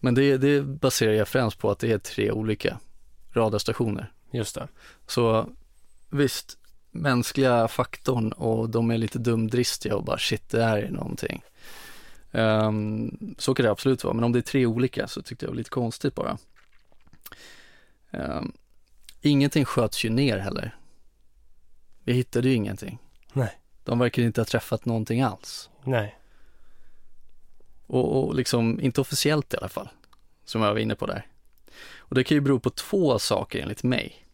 [SPEAKER 7] Men det, det baserar jag främst på att det är tre olika radarstationer.
[SPEAKER 6] Just det.
[SPEAKER 7] Så visst, mänskliga faktorn och de är lite dumdristiga och bara shit, det här är någonting. Ehm, så kan det absolut vara, men om det är tre olika så tyckte jag det var lite konstigt bara. Ehm, ingenting sköts ju ner heller. Vi hittade ju ingenting.
[SPEAKER 6] Nej.
[SPEAKER 7] De verkar inte ha träffat någonting alls.
[SPEAKER 6] Nej.
[SPEAKER 7] Och, och liksom inte officiellt i alla fall, som jag var inne på där. Och det kan ju bero på två saker enligt mig.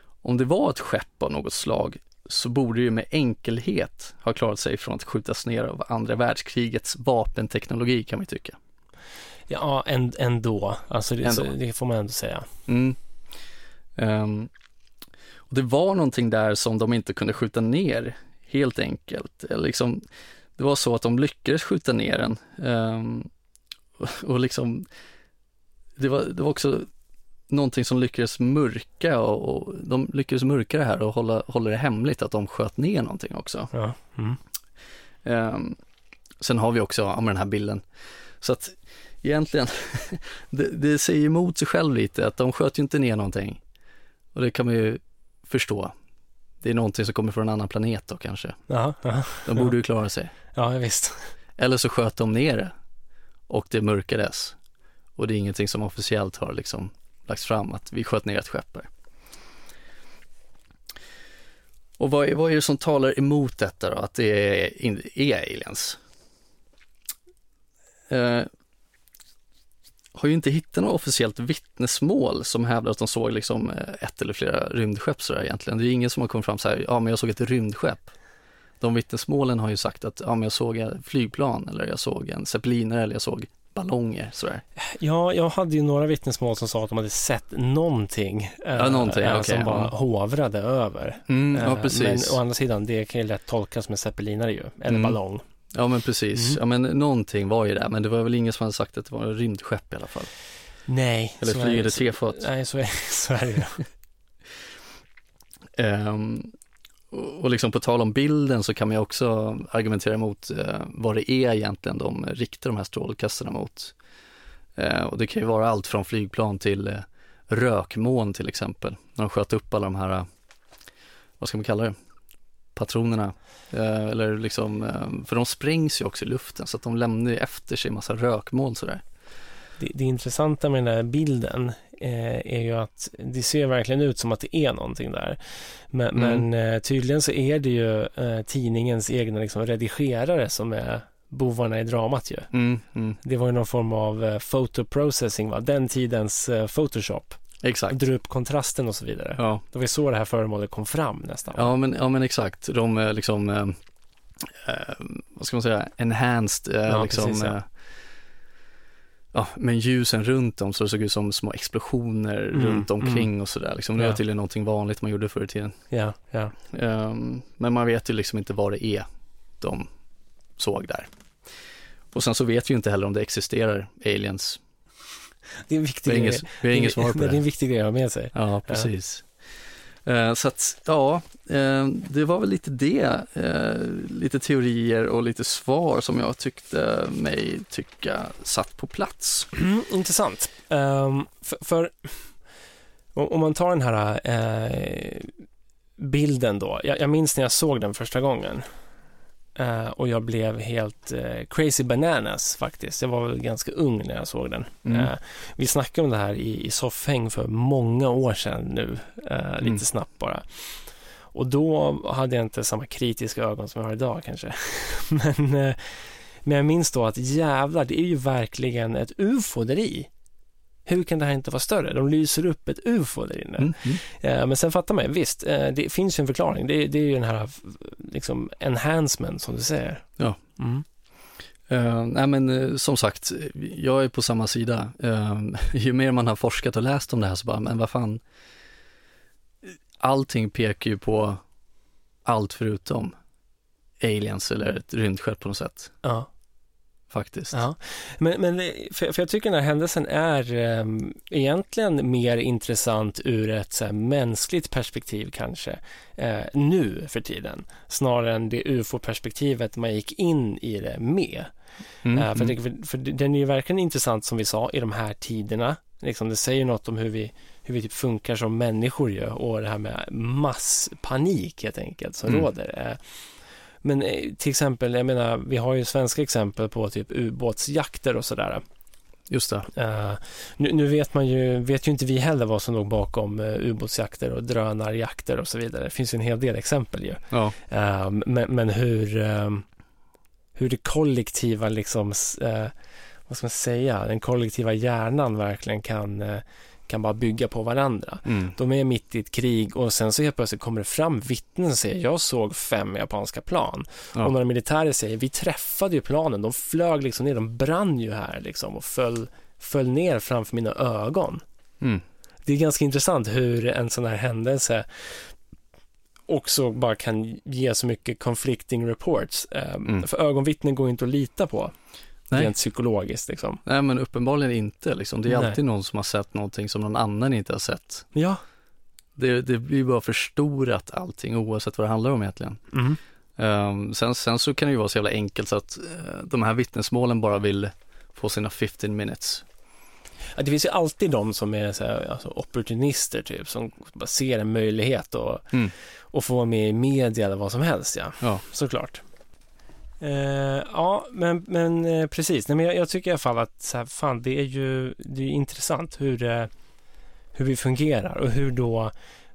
[SPEAKER 7] Om det var ett skepp av något slag så borde det ju med enkelhet ha klarat sig från att skjutas ner av andra världskrigets vapenteknologi kan man ju tycka.
[SPEAKER 6] Ja, en- ändå. Alltså, det,
[SPEAKER 7] Ändå.
[SPEAKER 6] Så, det får man ändå säga.
[SPEAKER 7] Mm. Ehm, och det var någonting där som de inte kunde skjuta ner helt enkelt. Eller Liksom, det var så att de lyckades skjuta ner den. Ehm, och- och liksom, det, var, det var också någonting som lyckades mörka och, och de lyckades mörka det här och hålla, hålla det hemligt att de sköt ner någonting också.
[SPEAKER 6] Ja. Mm.
[SPEAKER 7] Ehm, sen har vi också ja, med den här bilden. Så att egentligen, det, det säger emot sig själv lite att de sköt ju inte ner någonting. Och det kan man ju förstå. Det är någonting som kommer från en annan planet då kanske.
[SPEAKER 2] Jaha, ja,
[SPEAKER 7] De borde ju klara sig.
[SPEAKER 2] ja visst.
[SPEAKER 7] Eller så sköt de ner det och det mörkades. Och det är ingenting som officiellt har liksom lagts fram att vi sköt ner ett skepp här. Och vad är, vad är det som talar emot detta då, att det är, in- är aliens? Eh, har ju inte hittat något officiellt vittnesmål som hävdar att de såg liksom eh, ett eller flera rymdskepp sådär egentligen. Det är ingen som har kommit fram så här, ja men jag såg ett rymdskepp. De vittnesmålen har ju sagt att ja, men jag såg en flygplan eller jag såg en zeppelinare eller jag såg ballonger sådär.
[SPEAKER 2] Ja, jag hade ju några vittnesmål som sa att de hade sett någonting. eh,
[SPEAKER 7] Ja, någonting,
[SPEAKER 2] eh,
[SPEAKER 7] okej,
[SPEAKER 2] Som bara
[SPEAKER 7] ja.
[SPEAKER 2] hovrade över.
[SPEAKER 7] Mm, ja,
[SPEAKER 2] Eh,
[SPEAKER 7] precis.
[SPEAKER 2] Men å andra sidan, det kan ju lätt tolkas som en zeppelinare ju, eller
[SPEAKER 7] Mm.
[SPEAKER 2] ballong.
[SPEAKER 7] Ja, men precis.
[SPEAKER 2] Mm.
[SPEAKER 7] Ja, men någonting var ju där, men det var väl ingen som hade sagt att det var ett rymdskepp i alla fall.
[SPEAKER 2] Nej.
[SPEAKER 7] Eller
[SPEAKER 2] så
[SPEAKER 7] ett
[SPEAKER 2] är
[SPEAKER 7] flygande
[SPEAKER 2] det-
[SPEAKER 7] tefat.
[SPEAKER 2] Nej, så är, så är det ju.
[SPEAKER 7] Ehm, och och liksom på tal om bilden så kan man ju också argumentera mot eh, vad det är egentligen de riktar de här strålkastarna mot. Eh, och det kan ju vara allt från flygplan till eh, rökmoln till exempel. När de sköt upp alla de här, eh, vad ska man kalla det, patronerna. Eh, eller liksom, eh, för de sprängs ju också i luften så att de lämnar ju efter sig en massa rökmoln sådär.
[SPEAKER 2] Det, det intressanta med den här bilden eh, är ju att det ser verkligen ut som att det är någonting där. Men,
[SPEAKER 7] Mm.
[SPEAKER 2] men eh, tydligen så är det ju eh, tidningens egna liksom, redigerare som är bovarna i dramat ju.
[SPEAKER 7] Mm, mm,
[SPEAKER 2] Det var ju någon form av eh, photo processing, va? den tidens eh, Photoshop.
[SPEAKER 7] exakt.
[SPEAKER 2] Dra upp kontrasten och så vidare.
[SPEAKER 7] Ja.
[SPEAKER 2] Det var ju så det här föremålet kom fram nästan.
[SPEAKER 7] Ja men, ja men exakt, de eh, liksom, eh, eh, vad ska man säga, enhanced, eh,
[SPEAKER 2] Ja,
[SPEAKER 7] liksom,
[SPEAKER 2] precis, ja.
[SPEAKER 7] eh, ja, men ljusen runt dem så det såg ut som små explosioner
[SPEAKER 2] Mm,
[SPEAKER 7] runt omkring och sådär. Liksom. Det var
[SPEAKER 2] Ja.
[SPEAKER 7] tydligen någonting vanligt man gjorde förr i tiden.
[SPEAKER 2] ja, ja.
[SPEAKER 7] Ehm, men man vet ju liksom inte vad det är de såg där. Och sen så vet vi ju inte heller om det existerar aliens.
[SPEAKER 2] Det är en viktig
[SPEAKER 7] Vi har
[SPEAKER 2] grej.
[SPEAKER 7] inget, vi har inget svar på
[SPEAKER 2] det.
[SPEAKER 7] det.
[SPEAKER 2] är en viktig grej att ha med sig.
[SPEAKER 7] Ja, precis. Eh, Så att, ja, eh, det var väl lite det, eh, lite teorier och lite svar som jag tyckte mig tycka satt på plats.
[SPEAKER 2] Mm, intressant. Ehm, för, för om om man tar den här eh, bilden då. Jag, jag minns när jag såg den första gången. Eh, och jag blev helt eh, crazy bananas faktiskt. Jag var väl ganska ung när jag såg den.
[SPEAKER 7] Mm.
[SPEAKER 2] Eh, vi snackade om det här i, i soffhäng för många år sedan nu. Eh, lite
[SPEAKER 7] Mm.
[SPEAKER 2] snabbt bara. Och då hade jag inte samma kritiska ögon som jag har idag kanske. men, eh, men jag minns då att jävlar, det är ju verkligen ett ufo där i. Hur kan det här inte vara större? De lyser upp ett ufo där inne.
[SPEAKER 7] Mm. Mm.
[SPEAKER 2] Eh, Men sen fattar man ju, visst, eh, det finns ju en förklaring. Det, det är ju den här f- liksom enhancement som du säger.
[SPEAKER 7] Ja.
[SPEAKER 2] Mm.
[SPEAKER 7] Eh, nej men eh, som sagt, jag är på samma sida. Eh, ju mer man har forskat och läst om det här så bara, men vad fan. Allting pekar ju på allt förutom aliens eller ett rymdskepp på något sätt,
[SPEAKER 2] Ja.
[SPEAKER 7] faktiskt.
[SPEAKER 2] ja. Men, men det- för, för jag tycker den här händelsen är eh, egentligen mer intressant ur ett så här, mänskligt perspektiv kanske, eh, nu för tiden, snarare än det ufo-perspektivet man gick in i det med.
[SPEAKER 7] Mm,
[SPEAKER 2] Eh, för, jag
[SPEAKER 7] mm.
[SPEAKER 2] tänker, för, för den är ju verkligen intressant som vi sa i de här tiderna. Liksom, det säger något om hur vi, hur vi typ funkar som människor ju och det här med masspanik helt enkelt som
[SPEAKER 7] Mm.
[SPEAKER 2] råder. Eh, Men eh, till exempel, jag menar, vi har ju svenska exempel på typ ubåtsjakter och sådär.
[SPEAKER 7] Just det.
[SPEAKER 2] Eh, nu, nu vet man ju, vet ju inte vi heller vad som låg bakom eh, ubåtsjakter och drönarjakter och så vidare. Det finns ju en hel del exempel ju.
[SPEAKER 7] Ja.
[SPEAKER 2] Eh, men, men hur, eh, hur det kollektiva liksom, s- eh, vad ska man säga, den kollektiva hjärnan verkligen kan, eh, kan bara bygga på varandra.
[SPEAKER 7] Mm.
[SPEAKER 2] De är mitt i ett krig och sen så helt plötsligt kommer det fram vittnen och säger jag såg fem japanska plan.
[SPEAKER 7] Ja.
[SPEAKER 2] Och några militärer säger vi träffade ju planen, de flög liksom ner, de brann ju här liksom och föll, föll ner framför mina ögon
[SPEAKER 7] Mm.
[SPEAKER 2] det är ganska intressant hur en sån här händelse också bara kan ge så mycket conflicting reports. Eh,
[SPEAKER 7] Mm.
[SPEAKER 2] För ögonvittnen går ju inte att lita på,
[SPEAKER 7] Nej.
[SPEAKER 2] rent psykologiskt liksom.
[SPEAKER 7] Nej men uppenbarligen inte liksom. Det är
[SPEAKER 2] Nej.
[SPEAKER 7] alltid någon som har sett någonting som någon annan inte har sett.
[SPEAKER 2] Ja.
[SPEAKER 7] Det, det blir bara förstorat allting oavsett vad det handlar om egentligen.
[SPEAKER 2] Mm.
[SPEAKER 7] Eh, Ehm, sen, sen så kan det ju vara så jävla enkelt så att eh, de här vittnesmålen bara vill få sina 15 minutes.
[SPEAKER 2] Ja, det finns ju alltid de som är så här, alltså, opportunister typ, som bara ser en möjlighet och,
[SPEAKER 7] Mm.
[SPEAKER 2] och får vara med i media eller vad som helst. Ja.
[SPEAKER 7] Ja.
[SPEAKER 2] såklart. Eh, ja, men, men eh, precis. Nej, men jag, jag tycker i alla fall att så här, fan, det är ju det är intressant hur, det, hur vi fungerar och hur då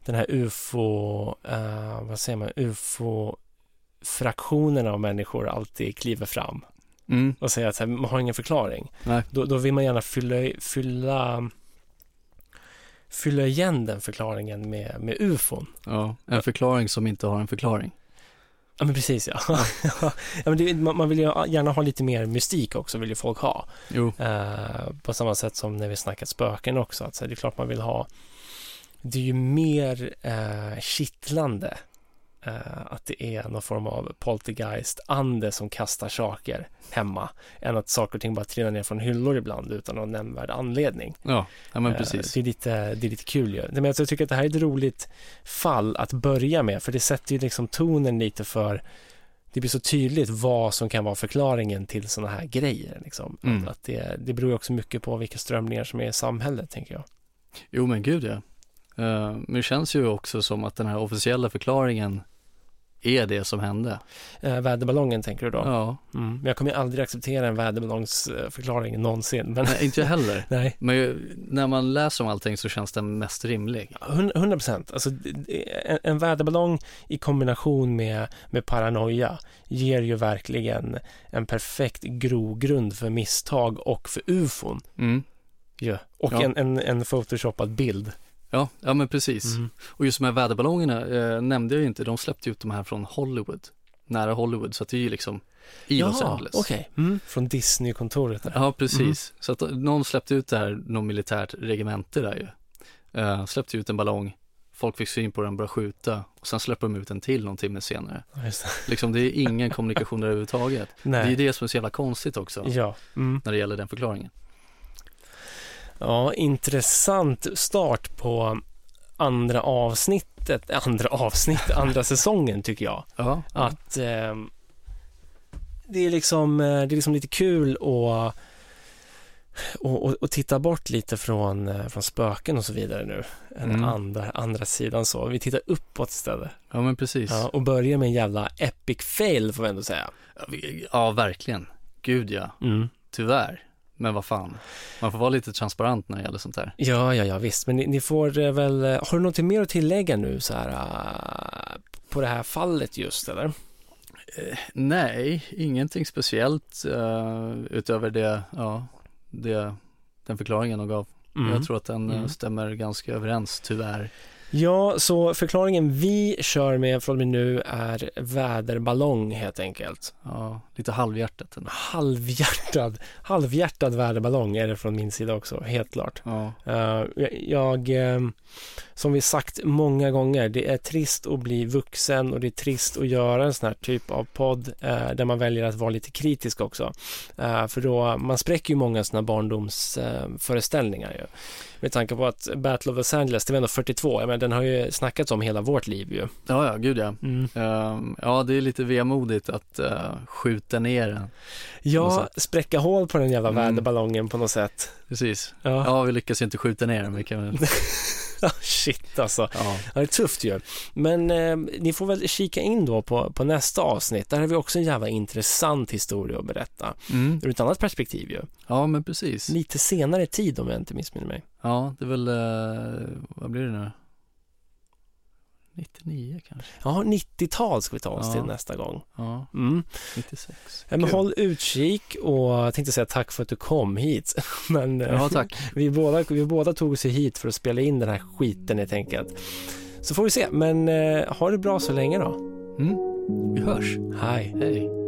[SPEAKER 2] den här ufo, eh, vad säger man, ufo-fraktionerna av människor alltid kliver fram
[SPEAKER 7] Mm.
[SPEAKER 2] och säger att så här, man har ingen förklaring.
[SPEAKER 7] Nej.
[SPEAKER 2] Då, då vill man gärna fylla, i- fylla, fylla igen den förklaringen med, med ufon.
[SPEAKER 7] Ja. En förklaring som inte har en förklaring.
[SPEAKER 2] Ja men precis ja. ja men det, man, man vill ju gärna ha lite mer mystik också, vill ju folk ha.
[SPEAKER 7] Jo,
[SPEAKER 2] Eh, på samma sätt som när vi snackat spöken också, att så här, det är klart man vill ha, det är ju mer eh, kittlande eh, att det är någon form av poltergeist-ande som kastar saker hemma, än att saker och ting bara trillar ner från hyllor ibland utan någon nämnvärd anledning.
[SPEAKER 7] ja, ja men
[SPEAKER 2] Eh,
[SPEAKER 7] precis.
[SPEAKER 2] Det är lite, det är lite kul ju. Nej, Men alltså, jag tycker att det här är ett roligt fall att börja med, för det sätter ju liksom tonen lite för det blir så tydligt vad som kan vara förklaringen till sådana här grejer. Liksom.
[SPEAKER 7] Mm.
[SPEAKER 2] Att- Att det, det beror ju också mycket på vilka strömningar som är i samhället, tänker jag.
[SPEAKER 7] Jo men gud ja. Eh, men det känns ju också som att den här officiella förklaringen är det som hände.
[SPEAKER 2] Eh, väderballongen, tänker du då?
[SPEAKER 7] Ja,
[SPEAKER 2] Mm. Men jag kommer ju aldrig acceptera en väderballongsförklaring någonsin. Men
[SPEAKER 7] Nej, inte jag heller.
[SPEAKER 2] nej,
[SPEAKER 7] Men ju, när man läser om allting så känns den mest rimlig.
[SPEAKER 2] 100 procent. Alltså, det- det- en, en väderballong i kombination med, med paranoia ger ju verkligen en perfekt grogrund för misstag och för ufon.
[SPEAKER 7] Mm.
[SPEAKER 2] ju. Och
[SPEAKER 7] Ja.
[SPEAKER 2] en, en, en photoshoppad bild.
[SPEAKER 7] Ja, ja men precis.
[SPEAKER 2] Mm.
[SPEAKER 7] Och just de här väderballongerna eh, nämnde jag ju inte, de släppte ut de här från Hollywood, nära Hollywood, så att det är ju liksom i Los
[SPEAKER 2] Ja,
[SPEAKER 7] Angeles.
[SPEAKER 2] okej. Mm. Från Disney-kontoret där.
[SPEAKER 7] Ja, precis. Så att någon släppte ut det här, någon militärt regemente där ju. Eh, släppte ut en ballong, folk fick syn på den, började skjuta och sen släpper de ut en till någon timme senare.
[SPEAKER 2] Ja, just det.
[SPEAKER 7] Liksom det är ingen kommunikation där överhuvudtaget. Det är
[SPEAKER 2] Nej.
[SPEAKER 7] det som är så jävla konstigt också,
[SPEAKER 2] Ja. Mm.
[SPEAKER 7] när det gäller den förklaringen.
[SPEAKER 2] ja, intressant start på andra avsnittet, andra avsnitt, andra säsongen tycker jag.
[SPEAKER 7] Ja,
[SPEAKER 2] att ehm, det, är liksom, eh, det är liksom lite kul att och, och, och titta bort lite från, eh, från spöken och så vidare nu. Den
[SPEAKER 7] Mm.
[SPEAKER 2] andra, andra sidan så. Vi tittar uppåt istället.
[SPEAKER 7] ja men precis.
[SPEAKER 2] Ja,
[SPEAKER 7] Ja.
[SPEAKER 2] och börjar med en jävla epic fail får vi ändå säga.
[SPEAKER 7] vi- ja, verkligen. Gud ja.
[SPEAKER 2] Mm.
[SPEAKER 7] Tyvärr. Men vad fan, man får vara lite transparent när det gäller sånt här.
[SPEAKER 2] Ja, ja, ja, visst. Men ni, ni får eh, väl... eh, Har du något mer att tillägga nu så här eh, på det här fallet just eller?
[SPEAKER 7] Nej, ingenting speciellt eh, utöver det, ja, det, den förklaringen de gav. Jag tror att den eh,
[SPEAKER 2] Mm.
[SPEAKER 7] stämmer ganska överens, tyvärr.
[SPEAKER 2] Ja, så förklaringen vi kör med från och med nu är väderballong helt enkelt.
[SPEAKER 7] Ja, lite halvhjärtat ändå.
[SPEAKER 2] halvhjärtad, halvhjärtad värdeballong är det från min sida också, helt klart.
[SPEAKER 7] Ja,
[SPEAKER 2] Eh, jag- jag, eh, som vi sagt många gånger, det är trist att bli vuxen och det är trist att göra en sån här typ av podd eh, där man väljer att vara lite kritisk också. Eh, för då, man spräcker ju många såna barndomsföreställningar ju. Med tanke på att Battle of Los Angeles, det var ändå 42, jag menar, den har ju snackats om hela vårt liv ju.
[SPEAKER 7] ja, ja gud ja.
[SPEAKER 2] Mm.
[SPEAKER 7] Ehm, ja, det är lite vemodigt att eh, skjuta ner den. På
[SPEAKER 2] Ja,
[SPEAKER 7] något
[SPEAKER 2] spräcka hål på den jävla
[SPEAKER 7] Mm.
[SPEAKER 2] väderballongen på något sätt.
[SPEAKER 7] Precis.
[SPEAKER 2] Ja,
[SPEAKER 7] Ja, vi lyckas ju inte skjuta ner den, vi kan väl,
[SPEAKER 2] Ah, shit alltså.
[SPEAKER 7] ja.
[SPEAKER 2] Ja, det är tufft ju. Men eh, ni får väl kika in då på, på nästa avsnitt. Där har vi också en jävla intressant historia att berätta.
[SPEAKER 7] Mm.
[SPEAKER 2] Ur ett annat perspektiv ju.
[SPEAKER 7] Ja, men precis.
[SPEAKER 2] Lite senare i tid om jag inte missminner mig.
[SPEAKER 7] Ja, det är väl, eh, vad blir det nu? 99 kanske?
[SPEAKER 2] Ja, 90-tal ska vi ta oss
[SPEAKER 7] Ja.
[SPEAKER 2] till nästa gång.
[SPEAKER 7] Ja,
[SPEAKER 2] Mm.
[SPEAKER 7] 96.
[SPEAKER 2] Ja, Men
[SPEAKER 7] Kul.
[SPEAKER 2] håll utkik och jag tänkte säga tack för att du kom hit. Men eh,
[SPEAKER 7] Ja, tack.
[SPEAKER 2] vi, båda, vi båda tog oss ju hit för att spela in den här skiten helt enkelt. Så får vi se, men eh, ha det bra så länge då.
[SPEAKER 7] Mm. Vi hörs.
[SPEAKER 2] Hej.
[SPEAKER 7] Hej.